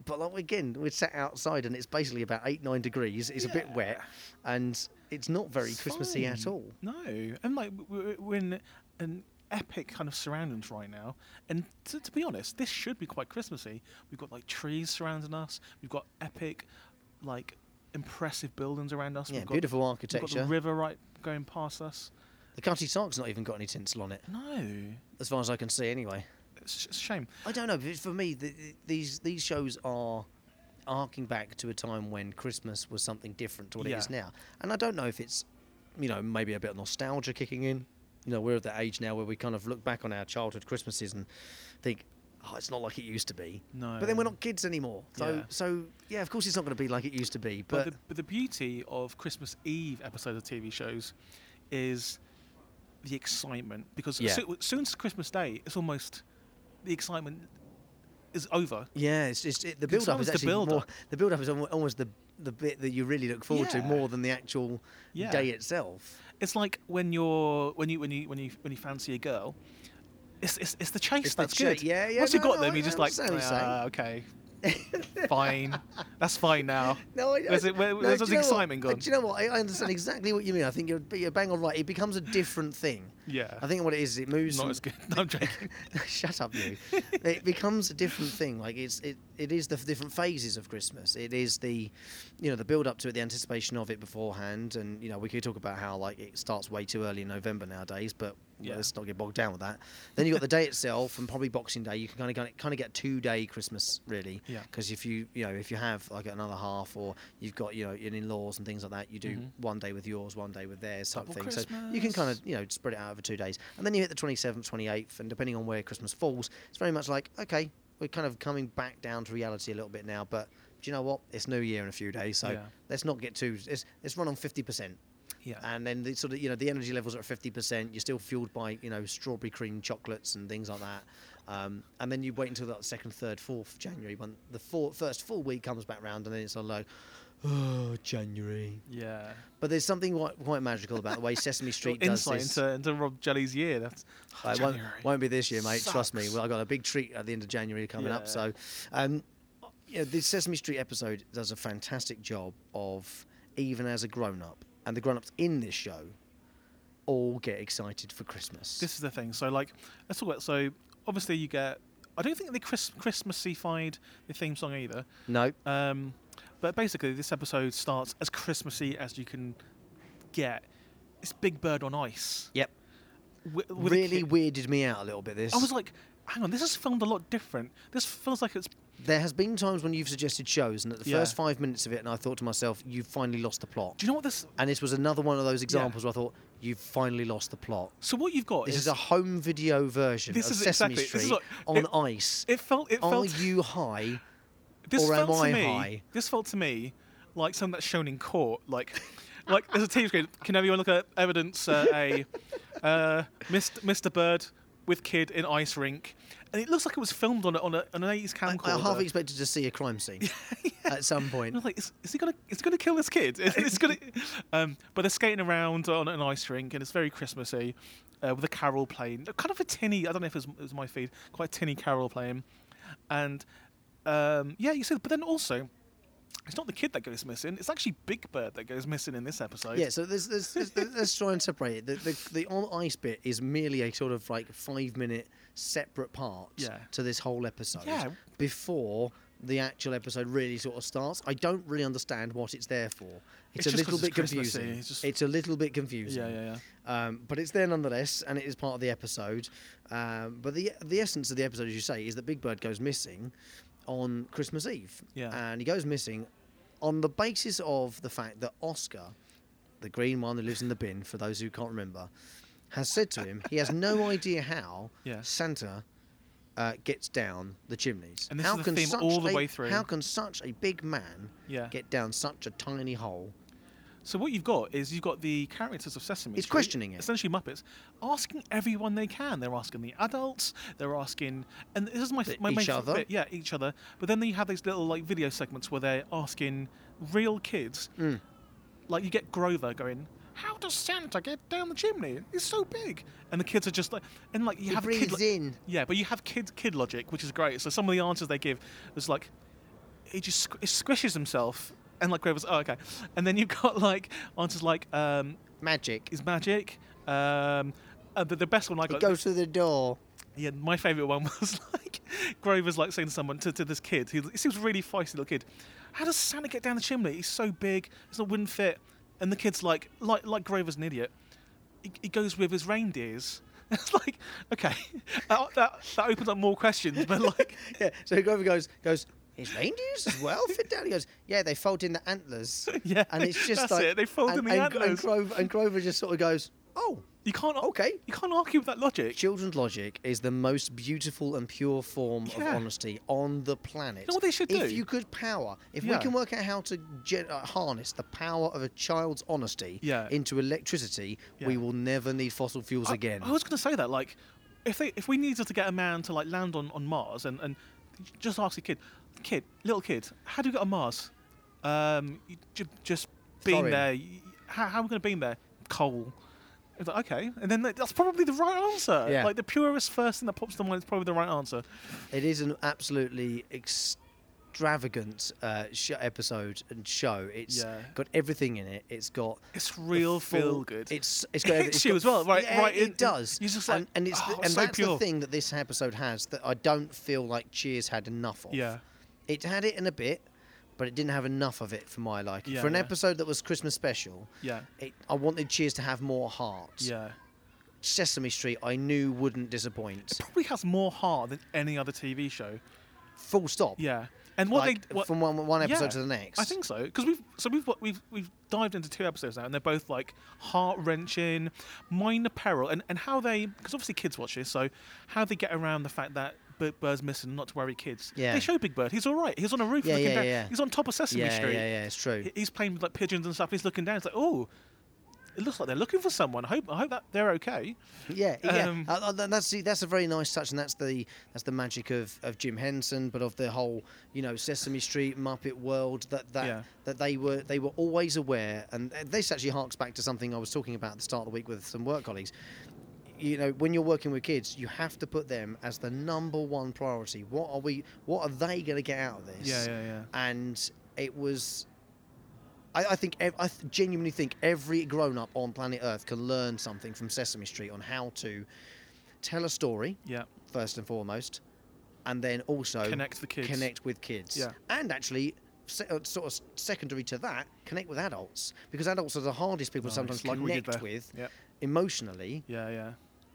But like again, we're sat outside and it's basically about eight, nine degrees. It's a bit
Yeah.
wet, and it's not very
It's
Christmassy at
fine.
all.
No, and like w- w- we're in an epic kind of surroundings right now. And to, to be honest, this should be quite Christmassy. We've got like trees surrounding us. We've got epic, like impressive buildings around us.
Yeah,
we've got,
beautiful
We've got
architecture.
the river right going past us.
The Cutty Sark's not even got any tinsel on it,
No,
as far as I can see, anyway.
it's sh- it's a shame.
I don't know. but For me, th th- these these shows are arcing back to a time when Christmas was something different to what it
Yeah.
is now. And I don't know if it's, you know, maybe a bit of nostalgia kicking in. You know, we're at that age now where we kind of look back on our childhood Christmases and think, oh, it's not like it used to be.
No.
But then we're not kids anymore. So,
Yeah.
so yeah, of course it's not going to be like it used to be. But,
But, the, but the beauty of Christmas Eve episode of TV shows is the excitement because
Yeah.
so, soon as Christmas Day, it's almost the excitement is over.
yeah, it's, it's it, the
Because
build up is
it's almost the
actually more.
build-up.
The build up is almo- almost the the bit that you really look forward to
Yeah.
more than the actual
Yeah.
day itself.
It's like when you're when you when you when you when you fancy a girl, it's it's, it's the chase
It's the
that's
cha-
good.
yeah, yeah,
Once
no,
you got
no,
them,
I
you're just like
understand what you're saying.
"Ah,
[LAUGHS]
okay, fine, that's fine now.
No, I,
Where's it- where-
no,
where's
do
all the
you know
excitement
what? Uh,
gone?
Do you know what? I, I understand exactly what you mean. I think you're, you're bang on right. It becomes a different thing.
Yeah.
I think what it is, it moves.
Not
from-
as good. [LAUGHS] No, I'm joking.
[LAUGHS] Shut up, you. it becomes a different thing. Like it's it, it is the f- different phases of Christmas. It is the, you know, the build up to it, the anticipation of it beforehand, and you know we could talk about how like it starts way too early in November nowadays, but well,
Yeah.
let's not get bogged down with that. Then you have got the day itself, and probably Boxing Day. You can kind of kind of get two day Christmas really,
Yeah.
Because if you you know if you have like another half, or you've got you know your in laws and things like that, you do one day with yours, one day with theirs, type
Double
thing. So you can kind
Mm-hmm. Christmas.
of you know, spread it out over two days. And then you hit the 27th, 28th, and depending on where Christmas falls, it's very much like, okay, we're kind of coming back down to reality a little bit now, but do you know what? It's New Year in a few days, so
Yeah.
let's not get too. Let's, let's run on 50%.
Yeah.
And then the sort of you know the energy levels are at fifty percent. You're still fueled by you know strawberry cream chocolates and things like that. Um, and then you wait until that second, third, fourth January when the four, first full week comes back round, and then it's all like, oh January.
yeah.
But there's something quite, quite magical about the way Sesame
Little
Street
[LAUGHS]
does
Insight
this.
into, into Rob Jelly's year. That's
It won't,
January.
won't be this year, mate. Trust me.
Sucks.
Well, I got a big treat at the end of January coming up.
Yeah.
So, um, yeah, the Sesame Street episode does a fantastic job of even as a grown up, and the grown ups in this show all get excited for Christmas.
This is the thing. So like, let's talk about. So obviously you get I don't think they Chris- Christmassified the theme song either.
No.
Um, but basically, this episode starts as Christmassy as you can get. It's Big Bird on Ice.
Yep.
Wi- with a
Really
kid.
weirded me out a little bit. This.
I was like, hang on, this is filmed a lot different. This feels like it's.
there has been times when you've suggested shows, and at the
Yeah.
first five minutes of it, and I thought to myself, you've finally lost the plot.
Do you know what this?
and this was another one of those examples where I thought, you've finally lost the plot.
So what you've got
This
is,
is a home video version
This
of
is
Sesame
exactly- this is
Street
what-
on
it-
ice.
It felt. It
Are
felt.
you high?
this
or am
felt to
I
me.
high?
This felt to me like something that's shown in court. Like, [LAUGHS] like there's a TV screen. Can everyone look at evidence? Uh, a [LAUGHS] uh, Mr. Mr. Bird with kid in ice rink, and it looks like it was filmed on a, on, a, on an 80s
I,
camcorder.
I half expected to see a crime [LAUGHS] scene at some
And I
point.
was like, is, is he gonna is he gonna kill this kid? [LAUGHS] Is, is gonna, um, but they're skating around on an ice rink and it's very Christmassy, uh, with a carol playing, kind of a tinny. I don't know if it was, it was my feed, quite a tinny carol playing, and um, yeah, you see. But then also, it's not the kid that goes missing. It's actually Big Bird that goes missing in this episode.
Yeah, so there's, there's, there's, there's- let's try and separate it. The, the, the on ice bit is merely a sort of like five minute separate part
Yeah.
to this whole episode
Yeah.
before the actual episode really sort of starts. I don't really understand what it's there for. It's,
It's
a
just 'cause
little
it's
bit
Christmassy,
confusing. It's,
it's just-
a little bit confusing.
yeah, yeah, yeah.
Um, but it's there nonetheless, and it is part of the episode. Um, but the the essence of the episode, as you say, is that Big Bird goes missing on Christmas Eve.
Yeah.
And he goes missing on the basis of the fact that Oscar, the green one who lives in the bin, for those who can't remember, has said to him he has no
[LAUGHS]
idea how
Yeah.
Santa. Uh, gets down the chimneys.
And this
how
is the
can
theme
such
all the
a-
way through.
How can such a big man
Yeah.
get down such a tiny hole?
So what you've got is you've got the characters of Sesame
It's
Street,
questioning it.
essentially Muppets, asking everyone they can. They're asking the adults. They're asking, and this is my
The-
my
each
main f-
other?
bit, yeah, each other. But then you have these little like video segments where they're asking real kids,
Mm.
like you get Grover going. How does Santa get down the chimney? It's so big, and the kids are just like, and like you
He
have a kid,
breathes
lo-
in.
yeah, but you have kid kid logic, which is great. So some of the answers they give is like, he just squ- he squishes himself, and like Grover's, oh okay, and then you've got like answers like, um,
Magic.
is magic. Um, uh, but the best one I
He
got,
goes through the door.
yeah, my favourite one [LAUGHS] was like Grover's like saying to someone to, to this kid, who he seems really feisty little kid, how does Santa get down the chimney? He's so big, it's not wouldn't fit. And the kid's like, like, like Grover's an idiot. He, he goes with his reindeers. [LAUGHS] It's like, okay, [LAUGHS] that, that, that opens up more
[LAUGHS]
questions, but like,
Yeah. So Grover goes goes. His reindeers as well fit down. He goes, yeah, they fold in the antlers.
[LAUGHS] Yeah,
and it's just
that's
like
it, they fold
and,
in the
and, And
antlers.
Grover, and Grover just sort of goes, oh,
you can't, ar-
Okay.
you can't argue with that logic.
children's logic is the most beautiful and pure form
Yeah.
of honesty on the planet.
know what they should
if
do?
you could power, if
Yeah.
we can work out how to gen- uh, harness the power of a child's honesty
Yeah.
into electricity, we
Yeah.
will never need fossil fuels
I-
again.
I, was going to say that, like, if they if we needed to get a man to like land on, on Mars and, and just ask a kid, kid, little kid, how do you get on Mars? Um, you ju- just being
Thorium.
there. y- How, how are we going to beam there? Coal. It's like, okay, and then that- that's probably the right answer.
Yeah.
Like the purest first thing that pops to mind is probably the right answer.
It is an absolutely extravagant uh, sh- episode and show. It's
Yeah.
got everything in it. It's got
It's
the
[LAUGHS] real feel
full-
good.
It's it's
[LAUGHS]
got
It
every-
hits
it's
you
got-
as well, right-
yeah,
right
It,
in-
does.
you're just like,
and, and it's
"Oh,
the,
it's
and
so
that's the
pure."
thing that this episode has that I don't feel like Cheers had enough of.
Yeah.
it had it in a bit, but it didn't have enough of it for my liking.
Yeah,
for an
yeah.
episode that was Christmas special,
Yeah.
it, I wanted Cheers to have more heart.
Yeah.
Sesame Street, I knew wouldn't disappoint.
Probably has more heart than any other TV show.
Full stop.
Yeah. And what
Like,
they what,
from one, one episode
Yeah,
to the next.
I think so because we've so we've we've we've dived into two episodes now, and they're both like heart wrenching, minor peril, and and how they because obviously kids watch this, so how they get around the fact that. Big Bird's missing, not to worry, kids.
Yeah.
They show Big Bird. He's all right. He's on a roof
Yeah,
looking
yeah,
down.
yeah.
He's on top of Sesame
yeah,
Street.
Yeah, yeah, it's true.
He- He's playing with like pigeons and stuff. He's looking down. It's like, oh, it looks like they're looking for someone. I hope, I hope that they're okay.
yeah, yeah.
um,
Uh, uh, that's the- that's a very nice touch, and that's the that's the magic of, of Jim Henson, but of the whole you know Sesame Street Muppet world that that
Yeah.
that they were they were always aware, and uh, this actually harks back to something I was talking about at the start of the week with some work colleagues. You know, when you're working with kids, you have to put them as the number one priority. What are we? What are they going to get out of this?
Yeah, yeah, yeah.
and it was. I, I think ev- I th- genuinely think every grown up on planet Earth can learn something from Sesame Street on how to tell a story
Yeah.
first and foremost, and then also
Connect the kids.
connect with kids,
Yeah.
and actually. se- uh, Sort of secondary to that, connect with adults because adults are the hardest people to sometimes
like we did
connect
there.
with
Yep.
emotionally,
Yeah, yeah.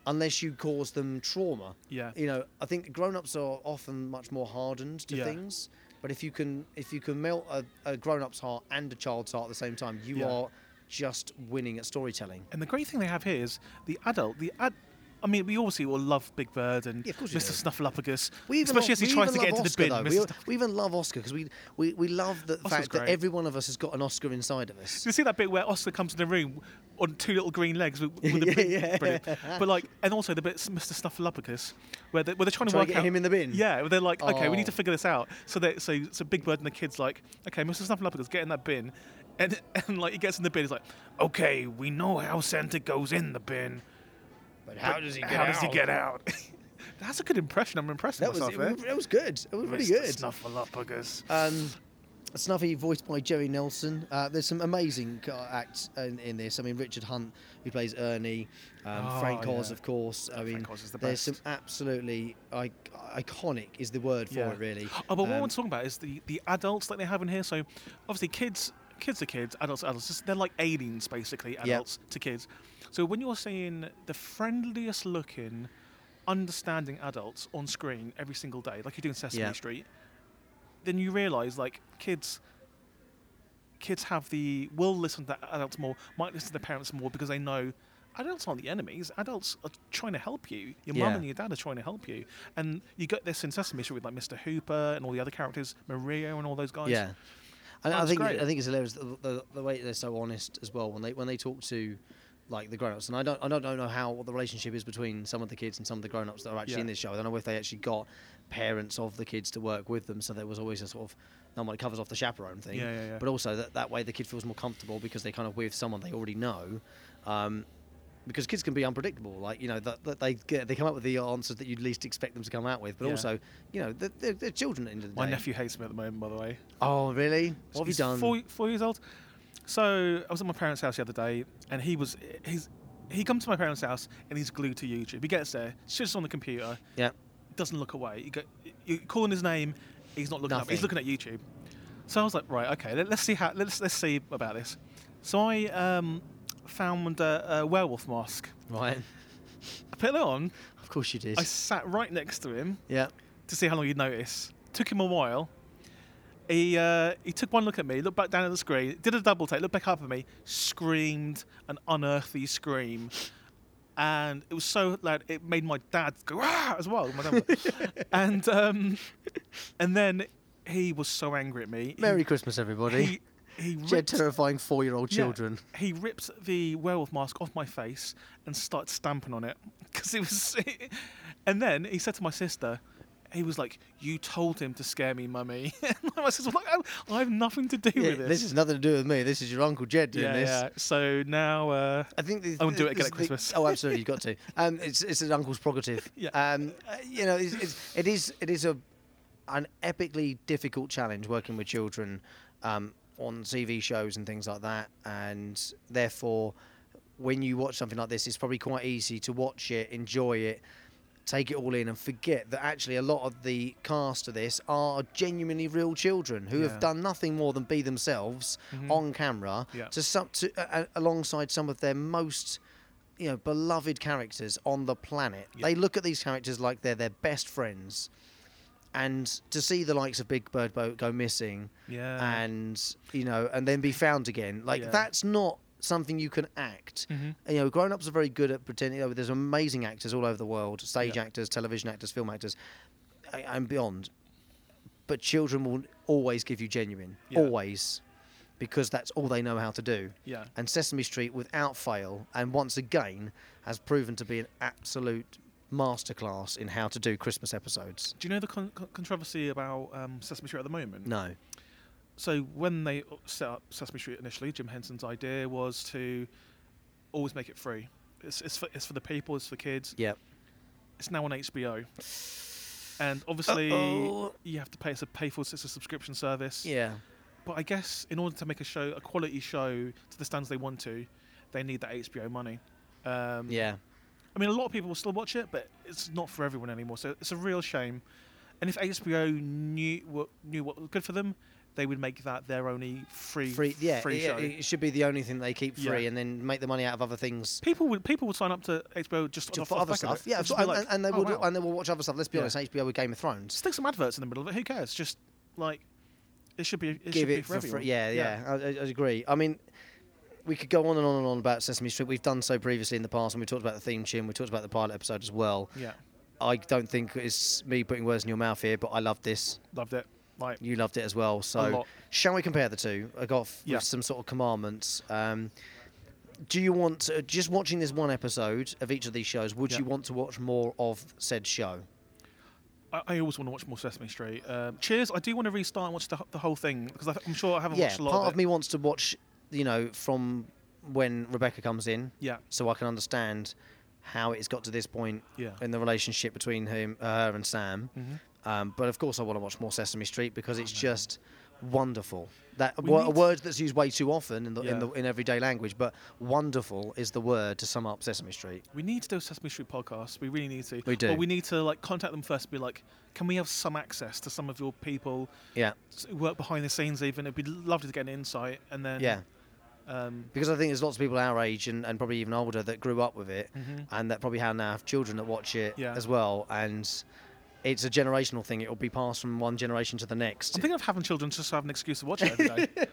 unless you cause them trauma.
Yeah.
You know, I think grown-ups are often much more hardened to
Yeah.
things, but if you can if you can melt a, a grown-up's heart and a child's heart at the same time, you
Yeah.
are just winning at storytelling.
And the great thing they have here is the adult, the ad. I mean, we obviously all love Big Bird and
Yeah, of course we
Mr.
do.
Snuffleupagus,
We even
especially
love,
as he
we
tries
even
to get
love
into the
Oscar,
bin.
Though.
Mr.
We,
Snuff-
we even love Oscar because we, we, we love the
Oscar's
fact that
great.
every one of us has got an Oscar inside of us.
[LAUGHS] you see that bit where Oscar comes in the room on two little green legs with, with the
[LAUGHS] Yeah,
bin?
yeah.
Brilliant. But like, and also the bit s- Mr. Snuffleupagus, where, they, where they're trying to
Trying
work
to get
out
him in the bin?
Yeah, where they're like, okay, we
Oh.
need to figure this out. So they, so so Big Bird and the kids like, okay, Mr. Snuffleupagus, get in that bin, and [LAUGHS] and like he gets in the bin, he's like, okay, we know how Santa goes in the bin.
But
but how does he get out? [LAUGHS] That's a good impression. I'm impressed
That
with
was,
myself. eh?
it, was-
there.
that was good. It was really
Mr.
good.
Snuffleupagus.
Um, Snuffy, voiced by Jerry Nelson. Uh, there's some amazing ca- acts in, in this. I mean, Richard Hunt, who plays Ernie, um,
Oh,
Frank Oz,
yeah.
of course. I mean,
Frank Oz is the
there's
best.
some absolutely I- iconic is the word for it, really.
Oh, but what I
Um,
want to talk about is the, the adults that they have in here. So, obviously, kids kids are kids, adults are adults. Just- They're like aliens, basically, adults to kids. So, when you're seeing the friendliest looking, understanding adults on screen every single day, like you do in Sesame
Yeah.
Street, then you realise, like, kids. Kids have the will listen to adults more, might listen to their parents more because they know adults aren't the enemies. Adults are trying to help you. Your mum
Yeah.
and your dad are trying to help you. And you get this in Sesame Street with like Mr. Hooper and all the other characters, Maria and all those guys.
Yeah, and I
That's
think
great.
I think it's hilarious the, the, the way they're so honest as well when they when they talk to like the grown-ups and I don't I don't know how what the relationship is between some of the kids and some of the grown-ups that are actually
Yeah.
in this show. I don't know if they actually got parents of the kids to work with them, so there was always a sort of number that covers off the chaperone thing.
Yeah, yeah, yeah.
But also that that way the kid feels more comfortable because they kind of with someone they already know. Um, because kids can be unpredictable, like you know that, that they get, they come up with the answers that you'd least expect them to come out with, but
Yeah.
also you know they're, they're, they're children at the end of the
My
day.
nephew hates me at the moment, by the way.
Oh really? What have you
He's
done?
Four, four years old. So I was at my parents' house the other day, and he was he's he comes to my parents' house and he's glued to YouTube. He gets there, sits on the computer,
Yeah.
doesn't look away. You, go, you calling his name, he's not looking up. He's
Nothing.
looking at YouTube. So I was like, right, okay, let, us see how let's let's see about this. So I um, found a, a werewolf mask.
Right.
I put it on.
Of course you did.
I sat right next to him
yeah.
to see how long he'd notice. Took him a while. He uh, he took one look at me, looked back down at the screen, did a double take, looked back up at me, screamed an unearthly scream, and it was so loud it made my dad go ah as well. My dad was-
[LAUGHS]
and um, and then he was so angry at me. He-
Merry Christmas, everybody.
He, he
She had
ripped,
terrifying four-year-old
yeah,
children.
he ripped the werewolf mask off my face and started stamping on it [LAUGHS] because it was. and then he said to my sister, he was like, "You told him to scare me, mummy." [LAUGHS] and my sister was like, "Oh, "I- "I have nothing to do
Yeah,
with
this.
this."
has nothing to do with me. This is your uncle Jed doing
yeah,
this.
yeah. So now, uh,
I think the,
I wouldn't do it again
this-
at Christmas. [LAUGHS]
oh, absolutely, you've got to. Um, it's it's an uncle's prerogative.
Yeah.
Um, uh, you know, it's, it's, it is it is a an epically difficult challenge working with children um, on TV shows and things like that, and therefore, when you watch something like this, it's probably quite easy to watch it, enjoy it. Take it all in and forget that actually a lot of the cast of this are genuinely real children who
Yeah.
have done nothing more than be themselves on camera
Mm-hmm. Yeah.
to some to uh, uh, alongside some of their most you know beloved characters on the planet. They look at these characters like they're their best friends, and to see the likes of Big Bird Bo- go missing,
Yeah.
and you know, and then be found again, like
Yeah. Mm-hmm.
that's not something you can act. You know, grown-ups are very good at pretending. You know, there's amazing actors all over the world, stage
Yeah.
actors, television actors, film actors, a- and beyond but children will always give you genuine,
Yeah.
always, because that's all they know how to do.
Yeah.
And Sesame Street, without fail, and once again, has proven to be an absolute masterclass in how to do Christmas episodes.
do you know the con- con- controversy about um, Sesame Street at the moment?
No.
So when they set up Sesame Street initially, Jim Henson's idea was to always make it free. It's, it's, for, it's for the people, it's for kids.
Yeah.
it's now on HBO. And obviously,
Uh-oh.
you have to pay. It's a pay for it's a subscription service.
Yeah.
But I guess in order to make a show, a quality show to the standards they want to, they need that HBO money. Um,
Yeah.
I mean, a lot of people will still watch it, but it's not for everyone anymore. So it's a real shame. And if HBO knew what knew what was good for them, they would make that their only free
Free, yeah,
free
yeah,
show.
it should be the only thing they keep free,
Yeah.
and then make the money out of other things
people would people would sign up to HBO just
to,
off
for
off
other
the back of
stuff.
it.
Yeah,
It'd just be
and,
like,
and, and they
"Oh,
will do,
wow."
and they will watch other stuff. Let's be
Yeah.
honest, HBO with Game of Thrones,
stick some adverts in the middle of it. Who cares? Just like it should be. It should
give
be
it for free.
everyone.
Yeah, yeah, I, I- I agree. I mean, we could go on and on and on about Sesame Street. We've done so previously in the past, and we talked about the theme tune. We talked about the pilot episode as well.
yeah.
I don't think it's me putting words in your mouth here, but I loved this.
Loved it. Like
You loved it as well. So,
lot.
shall we compare the two? I got f-
Yeah.
with some sort of commandments. Um, do you want uh, just watching this one episode of each of these shows? Would
Yeah.
you want to watch more of said show?
I, I always want to watch more Sesame Street. Um, Cheers. I do want to restart and watch the, h- the whole thing because I th- I'm sure I haven't
yeah,
watched a lot.
part
of,
of,
it.
me wants to watch, you know, from when Rebecca comes in,
Yeah.
so I can understand how it's got to this point
Yeah. Mm-hmm.
in the relationship between him, her, and Sam. Um, but of course, I want to watch more Sesame Street because it's just wonderful. That
We
wo- a
need-
word that's used way too often in the, in
Yeah.
the in everyday language, but wonderful is the word to sum up Sesame Street.
We need to do a Sesame Street podcast. We really need to.
We do.
But we need to like contact them first. and Be like, can we have some access to some of your people
Yeah,
s- who work behind the scenes? Even it'd be lovely to get an insight. And then
yeah.
um,
Because I think there's lots of people our age and, and probably even older that grew up with it, and that probably have now have children that watch it
Mm-hmm. Yeah.
as well. And it's a generational thing; it will be passed from one generation to the next.
I'm thinking of having children just to have an excuse to watch it every
[LAUGHS]
day.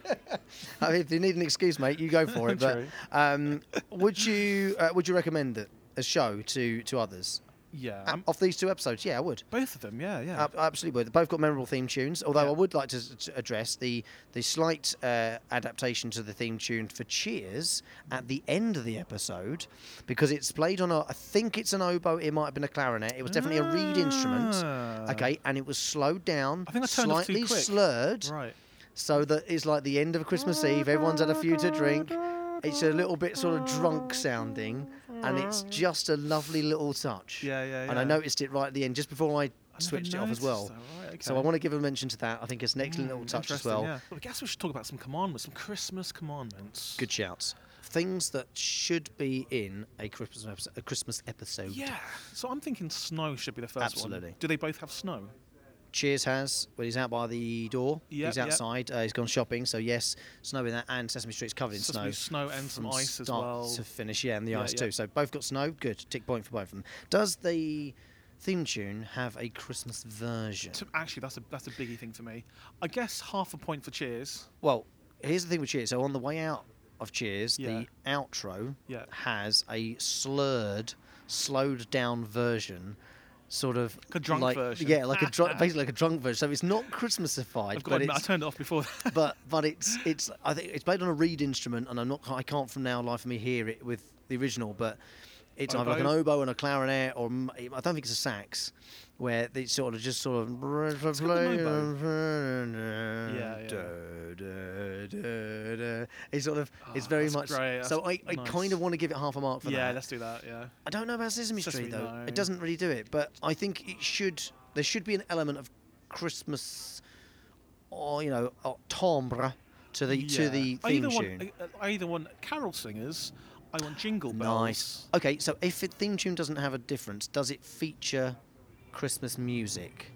I mean, if you need an excuse, mate, you go
[LAUGHS]
for it. but
True.
um, would you uh, would you recommend it a show to to others?
yeah.
Um,
um,
Off these two episodes, yeah, I would.
both of them. Yeah. Yeah.
Ab- absolutely would. They both got memorable theme tunes. Although
Yeah.
I would like to, s- to address the the slight uh, adaptation to the theme tune for Cheers at the end of the episode, because it's played on a I think it's an oboe. It might have been a clarinet. It was definitely a reed instrument.
Ah.
Okay, and it was slowed down,
I think I turned off too
slightly
quick.
slurred,
right.
so that it's like the end of Christmas Eve. Everyone's had a few to drink. It's a little bit sort of drunk sounding, and it's just a lovely little touch.
Yeah, yeah,
And I
yeah.
noticed it right at the end, just before I, switched it off as
noticed
well.
that, right,
So I
okay. Hmm,
want to give a mention to that. I think it's an excellent little touch as
Interesting,
well.
Yeah. But I guess we should talk about some commandments, some Christmas commandments.
Good shouts. Things that should be in a Christmas episode. A Christmas episode.
Yeah. So I'm thinking snow should be the first
Absolutely.
one. Do they both have snow?
Cheers has when he's out by the door.
Yeah,
he's
yeah.
outside. Uh, he's gone shopping. So yes, snow in that, and Sesame Street's covered in
Sesame
snow.
snow and some
from
ice as
start
well.
To finish, yeah, and the
Yeah,
ice
yeah.
too. So both got snow. Good tick point for both of them. Does the theme tune have a Christmas version?
So actually, that's a that's a biggie thing for me. I guess half a point for Cheers.
Well, here's the thing with Cheers. So on the way out of Cheers,
Yeah.
the outro
Yeah.
has a slurred, slowed down version. Sort of
Like a drunk
like-
version.
yeah,
[LAUGHS]
like a drunk, basically like a drunk version. So it's not Christmasified,
I've got to
but
admit, I [LAUGHS]
it's
turned it off before. that.
but but it's it's I think it's played on a reed instrument, and I'm not I can't from now life for me hear it with the original, but it's either like an
Oboe?
oboe and a clarinet, or m- I don't think it's a sax, where it's sort of just sort of
got an
It's sort of it's
Ah,
very
that's
much
great,
so I,
that's
I
nice.
kind of want to give it half a mark [LAUGHS] for
yeah,
that.
let's do that. Yeah.
I don't know about Sesame,
Sesame,
Street though.
no.
It doesn't really do it, but I think it should. There should be an element of Christmas, or you know, or timbre to the to
Yeah.
the
I either uh,
theme tune.
Want, I, I either want carol singers. I want jingle bells.
nice. Okay, so if the theme tune doesn't have a difference, does it feature Christmas music?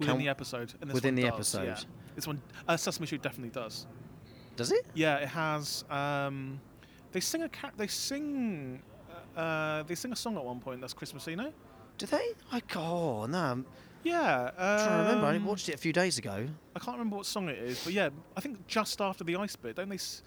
within
Can-
the episode. And this
within
one
the
does, yeah.
episode.
This one, uh, Sesame Street definitely does.
Does it?
Yeah, it has. Um, they sing a cat. They sing. Uh, they sing a song at one point that's Christmassy, no?
Do they? I oh no, I'm
Yeah. Um,
trying to remember. I only watched it a few days ago.
I can't remember what song it is, but yeah, I think just after the ice bit, don't they? S-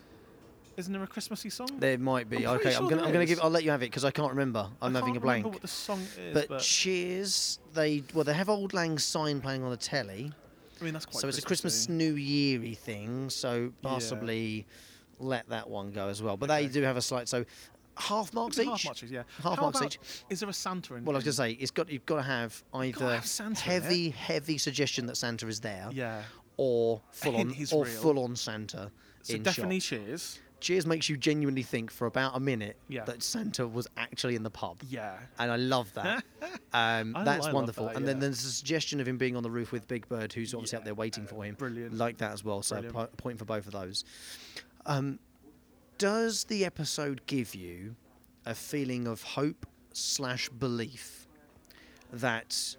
isn't there a Christmassy song?
There might be.
I'm pretty
okay, I'm
sure
gonna
there
I'm gonna
is.
give. I'll let you have it because I can't remember. I'm
I
having
can't
a blank.
Remember what the song is,
but,
but,
Cheers, they well they have old lang syne playing on the telly.
I mean that's quite.
so it's a Christmas
Christmassy.
New Year-y thing, so possibly let that one go as well. But they do have a slight so half marks
Is it
each.
Half marks each, yeah.
Half
How
marks
about-
each.
Is there a Santa in?
Well, I was
in-
gonna say it's got you've got to have either
have Santa in it.
heavy, heavy suggestion that Santa is there,
Yeah. [LAUGHS]
or full
hint
on
he's
or
real.
full on Santa.
So
in
definitely
shot.
Cheers.
Cheers makes you genuinely think for about a minute
Yeah.
that Santa was actually in the pub.
Yeah.
and I love
[LAUGHS]
that. um,
I
that's
love
wonderful.
that,
and then
yeah.
there's a suggestion of him being on the roof with Big Bird, who's obviously up
Yeah,
there waiting for him.
brilliant.
Like that as well. So a
Brilliant.
po- a point for both of those. Um, does the episode give you a feeling of hope slash belief that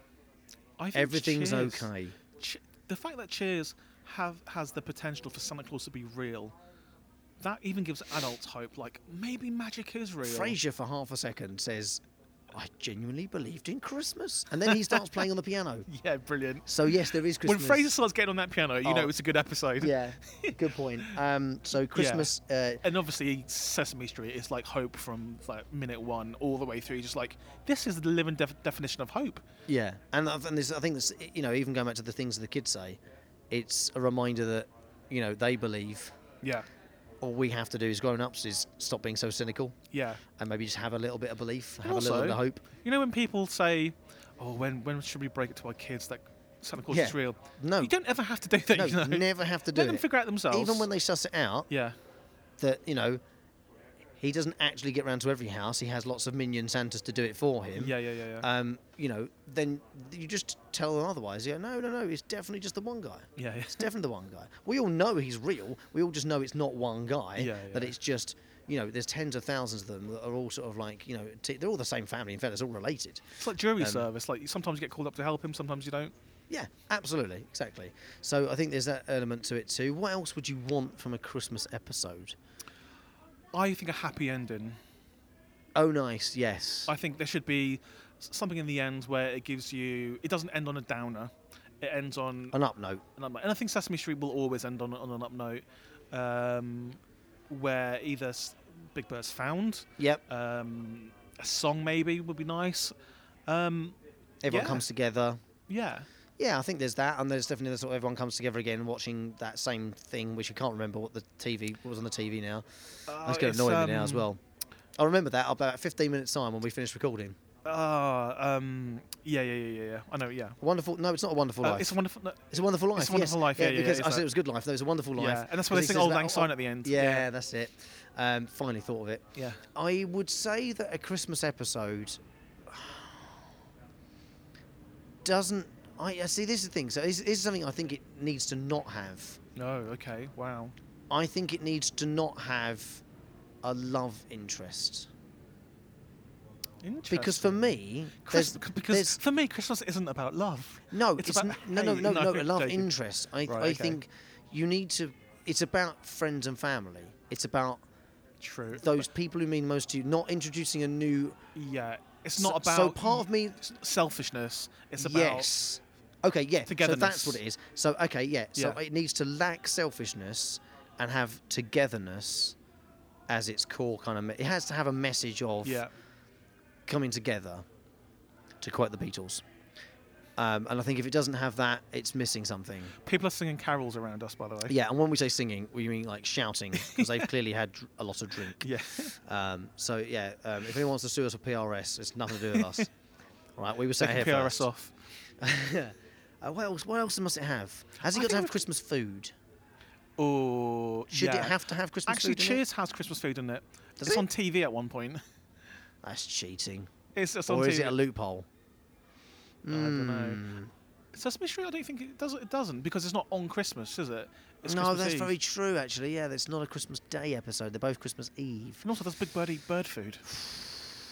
I think
Everything's
Cheers-
okay.
Ch- the fact that Cheers have has the potential for Santa Claus to be real, that even gives adults hope. Like maybe magic is real.
Frasier, for half a second, says, I genuinely believed in Christmas. And then he starts playing on the
[LAUGHS]
piano.
[LAUGHS] Yeah, brilliant.
So, yes, there is Christmas.
When Frasier starts getting on that piano, you
Oh.
know it's a good episode.
Yeah, good point. Um,
[LAUGHS]
so, Christmas. Uh,
And obviously, Sesame Street is like hope from like minute one all the way through. Just like this is the living def- definition of hope.
yeah. And, I- and this, I think, this, you know, even going back to the things that the kids say, it's a reminder that, you know, they believe
Yeah,
all we have to do as grown ups is stop being so cynical
yeah.
and maybe just have a little bit of belief, have a
also-
little bit of
[LAUGHS]
hope.
You know when people say, "Oh, when when should we break it to our kids that Santa Claus is
Yeah.
real?"
No.
you don't ever have to do that.
No,
you know?
never have to do
Let them
it.
figure out themselves.
Even when they suss it out,
yeah,
that you know he doesn't actually get round to every house. He has lots of minion Santas to do it for him.
yeah, yeah, yeah, yeah.
Um, you know, then you just tell them otherwise. Yeah, no, no, no. It's definitely just the one guy.
Yeah, yeah.
It's definitely the one guy. We all know he's real. We all just know it's not one guy.
Yeah,
That
yeah.
it's just you know, there's tens of thousands of them that are all sort of like you know, t- they're all the same family. In fact, it's all related.
It's like jury
Um,
service. Like sometimes you get called up to help him, sometimes you don't.
Yeah, absolutely, exactly. So I think there's that element to it too. What else would you want from a Christmas episode?
I think a happy ending.
Oh, nice. Yes.
I think there should be s- something in the end where it gives you. It doesn't end on a downer. It ends on
An up note.
an up note. And I think Sesame Street will always end on, on an up note, um, where either s- Big Bird's found,
Yep.
um, a song maybe would be nice. Um,
Everyone
yeah.
comes together.
yeah,
Yeah, I think there's that, and there's definitely the sort of everyone comes together again watching that same thing, which I can't remember what the TV what was on the TV now.
uh,
That's going to annoy me now as well. um, I remember that about 15 minutes time when we finished recording.
Uh, um, yeah, yeah, yeah, yeah, yeah. I know. Yeah,
A wonderful? No, it's not a wonderful
uh,
life.
it's a wonderful. no,
It's a wonderful life.
It's a Wonderful
yes.
Life, yeah, yeah,
because
yeah,
I
it's
said
that.
it was a good life. There was a wonderful life.
Yeah, and that's why
'Cause he
they sing
says
Auld
that,
Lang
oh,
Syne
oh,
at the end.
Yeah,
Yeah.
that's it. Um, finally thought of it.
Yeah.
I would say that a Christmas episode doesn't. I I see. This is the thing. So this this is something I think it needs to not have.
No. Okay. Wow.
I think it needs to not have a love interest
Interesting.
because for me,
Chris,
there's-
because
there's-
for me, Christmas isn't about love.
no,
it's
it's,
about
n- no, no,
hate.
no, no,
No,
a love
David.
interest. I,
Right,
I
okay.
think you need to. It's about friends and family. It's about
True.
those people who mean most to you. Not introducing a new.
yeah, it's not
so,
about.
So part of me
s- selfishness. It's about.
yes. Okay, yeah. So that's
Togetherness.
what it is. So okay, yeah. So
Yeah.
it needs to lack selfishness and have togetherness as its core kind of. Me- it has to have a message of
Yeah.
coming together. To quote the Beatles, um, and I think if it doesn't have that, it's missing something.
People are singing carols around us, by the way.
Yeah, and when we say singing, we mean like shouting because they've clearly had dr- a lot of drink. [LAUGHS]
Yeah. [LAUGHS]
Um, so yeah, um, if anyone wants to sue us for PRS, it's nothing to do with us.
[LAUGHS]
All right, we were sat
Taking
here
PRS
first.
off.
Uh, what else? What else must it have? Has it
I
got to
think
have Christmas food?
Oh.
Should
yeah.
it have to have Christmas
Actually,
food? in it?
Cheers has Christmas food in it.
Does
it's
it?
on TV at one point. [LAUGHS]
That's cheating.
It's, it's on
Or
TV.
is it a loophole?
I don't know. Sesame Street, I don't think it does. It doesn't because it's not on Christmas, is it? It's
Mm. no,
Christmas
that's
Eve.
very true. Actually, yeah, that's not a Christmas Day episode. They're both Christmas Eve.
And also, does Big Bird eat bird food?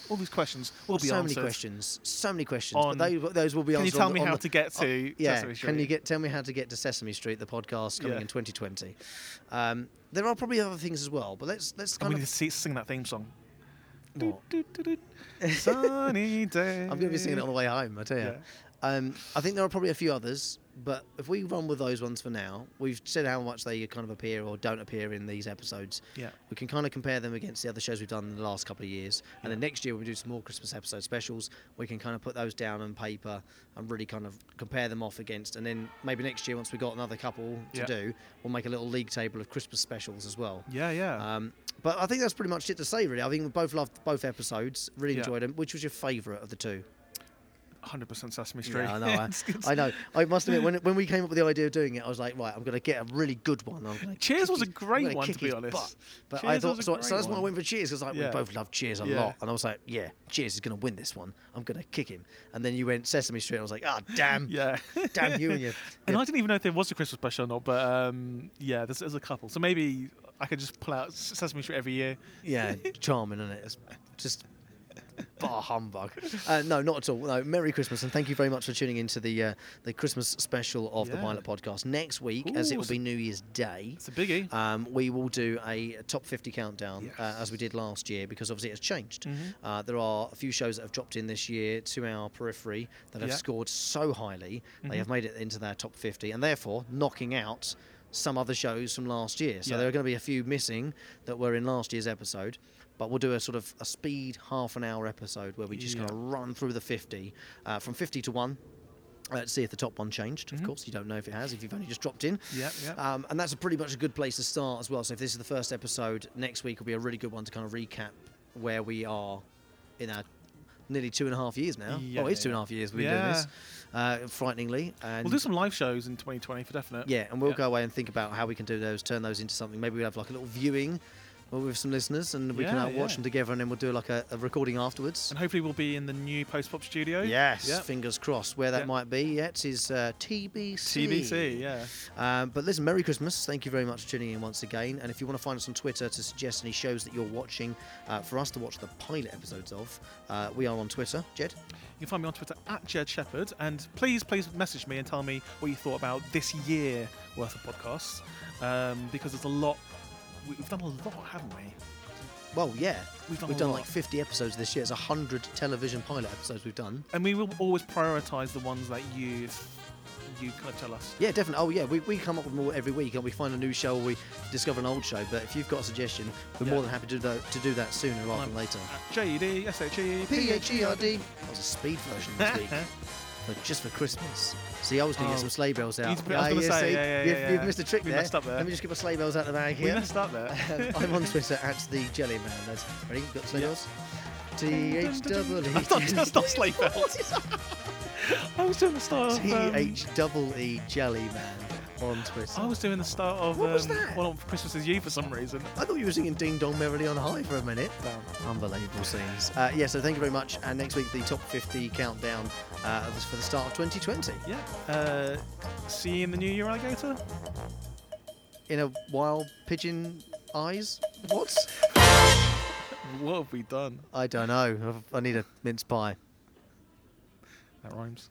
All these questions will be
so
answered.
many questions. So many questions.
On-
but those, those will be
Can you
answered.
tell
on the-
me
on
how
the-
to get
Oh,
to
yeah.
Sesame Street?
Can you get tell me how to get to Sesame Street, the podcast coming
Yeah.
in 2020? Um, there are probably other things as well, but let's let's
And
kind
we need
of.
to see, sing that theme song.
What?
Doot, doot, doot, doot. Sunny
[LAUGHS]
day.
I'm going to be singing it on the way home. I tell you.
Yeah.
Um, I think there are probably a few others, but if we run with those ones for now, we've said how much they kind of appear or don't appear in these episodes.
Yeah.
We can kind of compare them against the other shows we've done in the last couple of years, and then next year when we do some more Christmas episode specials, we can kind of put those down on paper and really kind of compare them off against, and then maybe next year once we've got another couple to
Yeah.
do, we'll make a little league table of Christmas specials as well.
Yeah, yeah.
Um, but I think that's pretty much it to say, really. I think we both loved both episodes, really
Yeah.
enjoyed them. Which was your favourite of the two?
100% Sesame Street. [LAUGHS]
Yeah, I know. I,
It's- it's-
I know. I must admit, when, when we came up with the idea of doing it, I was like, right, I'm going to get a really good one. I'm gonna
Cheers
kick
was a
his- I'm
great
gonna
one,
kick
to be
his
honest.
butt. But I
Cheers
thought,
was a
so, so
great
that's why I
one.
went for Cheers because like we
Yeah.
both love Cheers a
Yeah.
lot, and I was like, yeah, Cheers is going to win this one. I'm going to kick him. And then you went Sesame Street, and I was like, ah, damn,
[LAUGHS] yeah.
[LAUGHS] damn you and your.
[LAUGHS] And I didn't even know if there was a Christmas special or not, but um, yeah, there's, there's a couple. So maybe I could just pull out S- Sesame Street every year.
yeah, charming, isn't it? It's just Bar humbug. Uh, no, not at all. No, Merry Christmas and thank you very much for tuning into the uh, the Christmas special of the
Yeah.
Pilot Podcast. Next week, as it
Ooh,
will
so-
be New Year's Day,
It's a biggie.
um, we will do a top 50 countdown uh,
Yes. Mm-hmm.
as we did last year because obviously it's changed. Uh, there are a few shows that have dropped in this year to our periphery that have
Yeah. Mm-hmm.
scored so highly they have made it into their top 50 and therefore knocking out some other shows from last year. So
Yeah.
there are going to be a few missing that were in last year's episode. But we'll do a sort of a speed half an hour episode where we're just going to run through the 50 uh, from 50 to 1 uh, to see if the top one changed. Of course, you don't know if it has if you've only just dropped in.
Mm-hmm. Yeah, yeah.
Um, and that's a pretty much a good place to start as well. So if this is the first episode, next week will be a really good one to kind of recap where we are in our nearly two and a half years now.
Yeah,
oh, it's
yeah,
two and a
yeah.
half years we've been doing this, uh, frighteningly. And
we'll do some live shows in 2020 for definite.
yeah, and we'll go away and think about how we can do those, turn those into something. Maybe we'll have like a little viewing uh, with some listeners, and we can
Yeah,
uh, watch
yeah.
them together, and then we'll do like a, a recording afterwards.
And hopefully we'll be in the new post pop studio.
Yes,
Yeah.
fingers crossed. Where that
Yeah.
might be yet is uh, TBC.
TBC. Yeah.
Um, but listen, Merry Christmas. Thank you very much for tuning in once again. And if you want to find us on Twitter to suggest any shows that you're watching uh, for us to watch the pilot episodes of, uh, we are on Twitter. Jed?
You can find me on Twitter at Jed Shepherd, and please, please message me and tell me what you thought about this year worth of podcasts, um, because there's a lot. we- We've done a lot, haven't we?
Well, yeah.
We've done a
like
lot.
50 episodes this year. It's 100 television pilot episodes we've done.
And we will always prioritise the ones that you you kind of tell us.
Yeah, definitely. Oh, yeah, we, we come up with more every week and we find a new show or we discover an old show. But if you've got a suggestion, we're
Yeah.
more than happy to do that, to do that sooner rather than later.
J D S H E
P H E R D. That was a speed version this
[LAUGHS]
week. But just for Christmas. See, I was going to
Oh.
get some sleigh bells out.
You- I was gonna
yeah,
say,
see,
yeah, yeah,
you've,
yeah,
you've
yeah.
missed a trick
We
there.
messed up there.
Let me just get my sleigh bells out of the bag
We
here.
messed up there.
[LAUGHS] Um, I'm on Twitter at the Jelly Man. That's ready. Got the sleigh
Yeah.
bells. T H double E.
[LAUGHS] That's not- that's not sleigh bells. I was doing the start of.
T
um,
H double E Jelly Man on Twitter.
I was doing the start of.
What was
um,
that?
Well, Christmas is you for some reason.
I thought you were singing Ding Dong Merrily on High for a minute. Unbelievable scenes. Uh, yeah, so thank you very much. And next week, the top 50 countdown uh, for the start of 2020.
Yeah. Uh, see you in the new year, alligator.
In a wild pigeon eyes? What?
What have we done?
I don't know. I've- I need a mince pie.
That rhymes.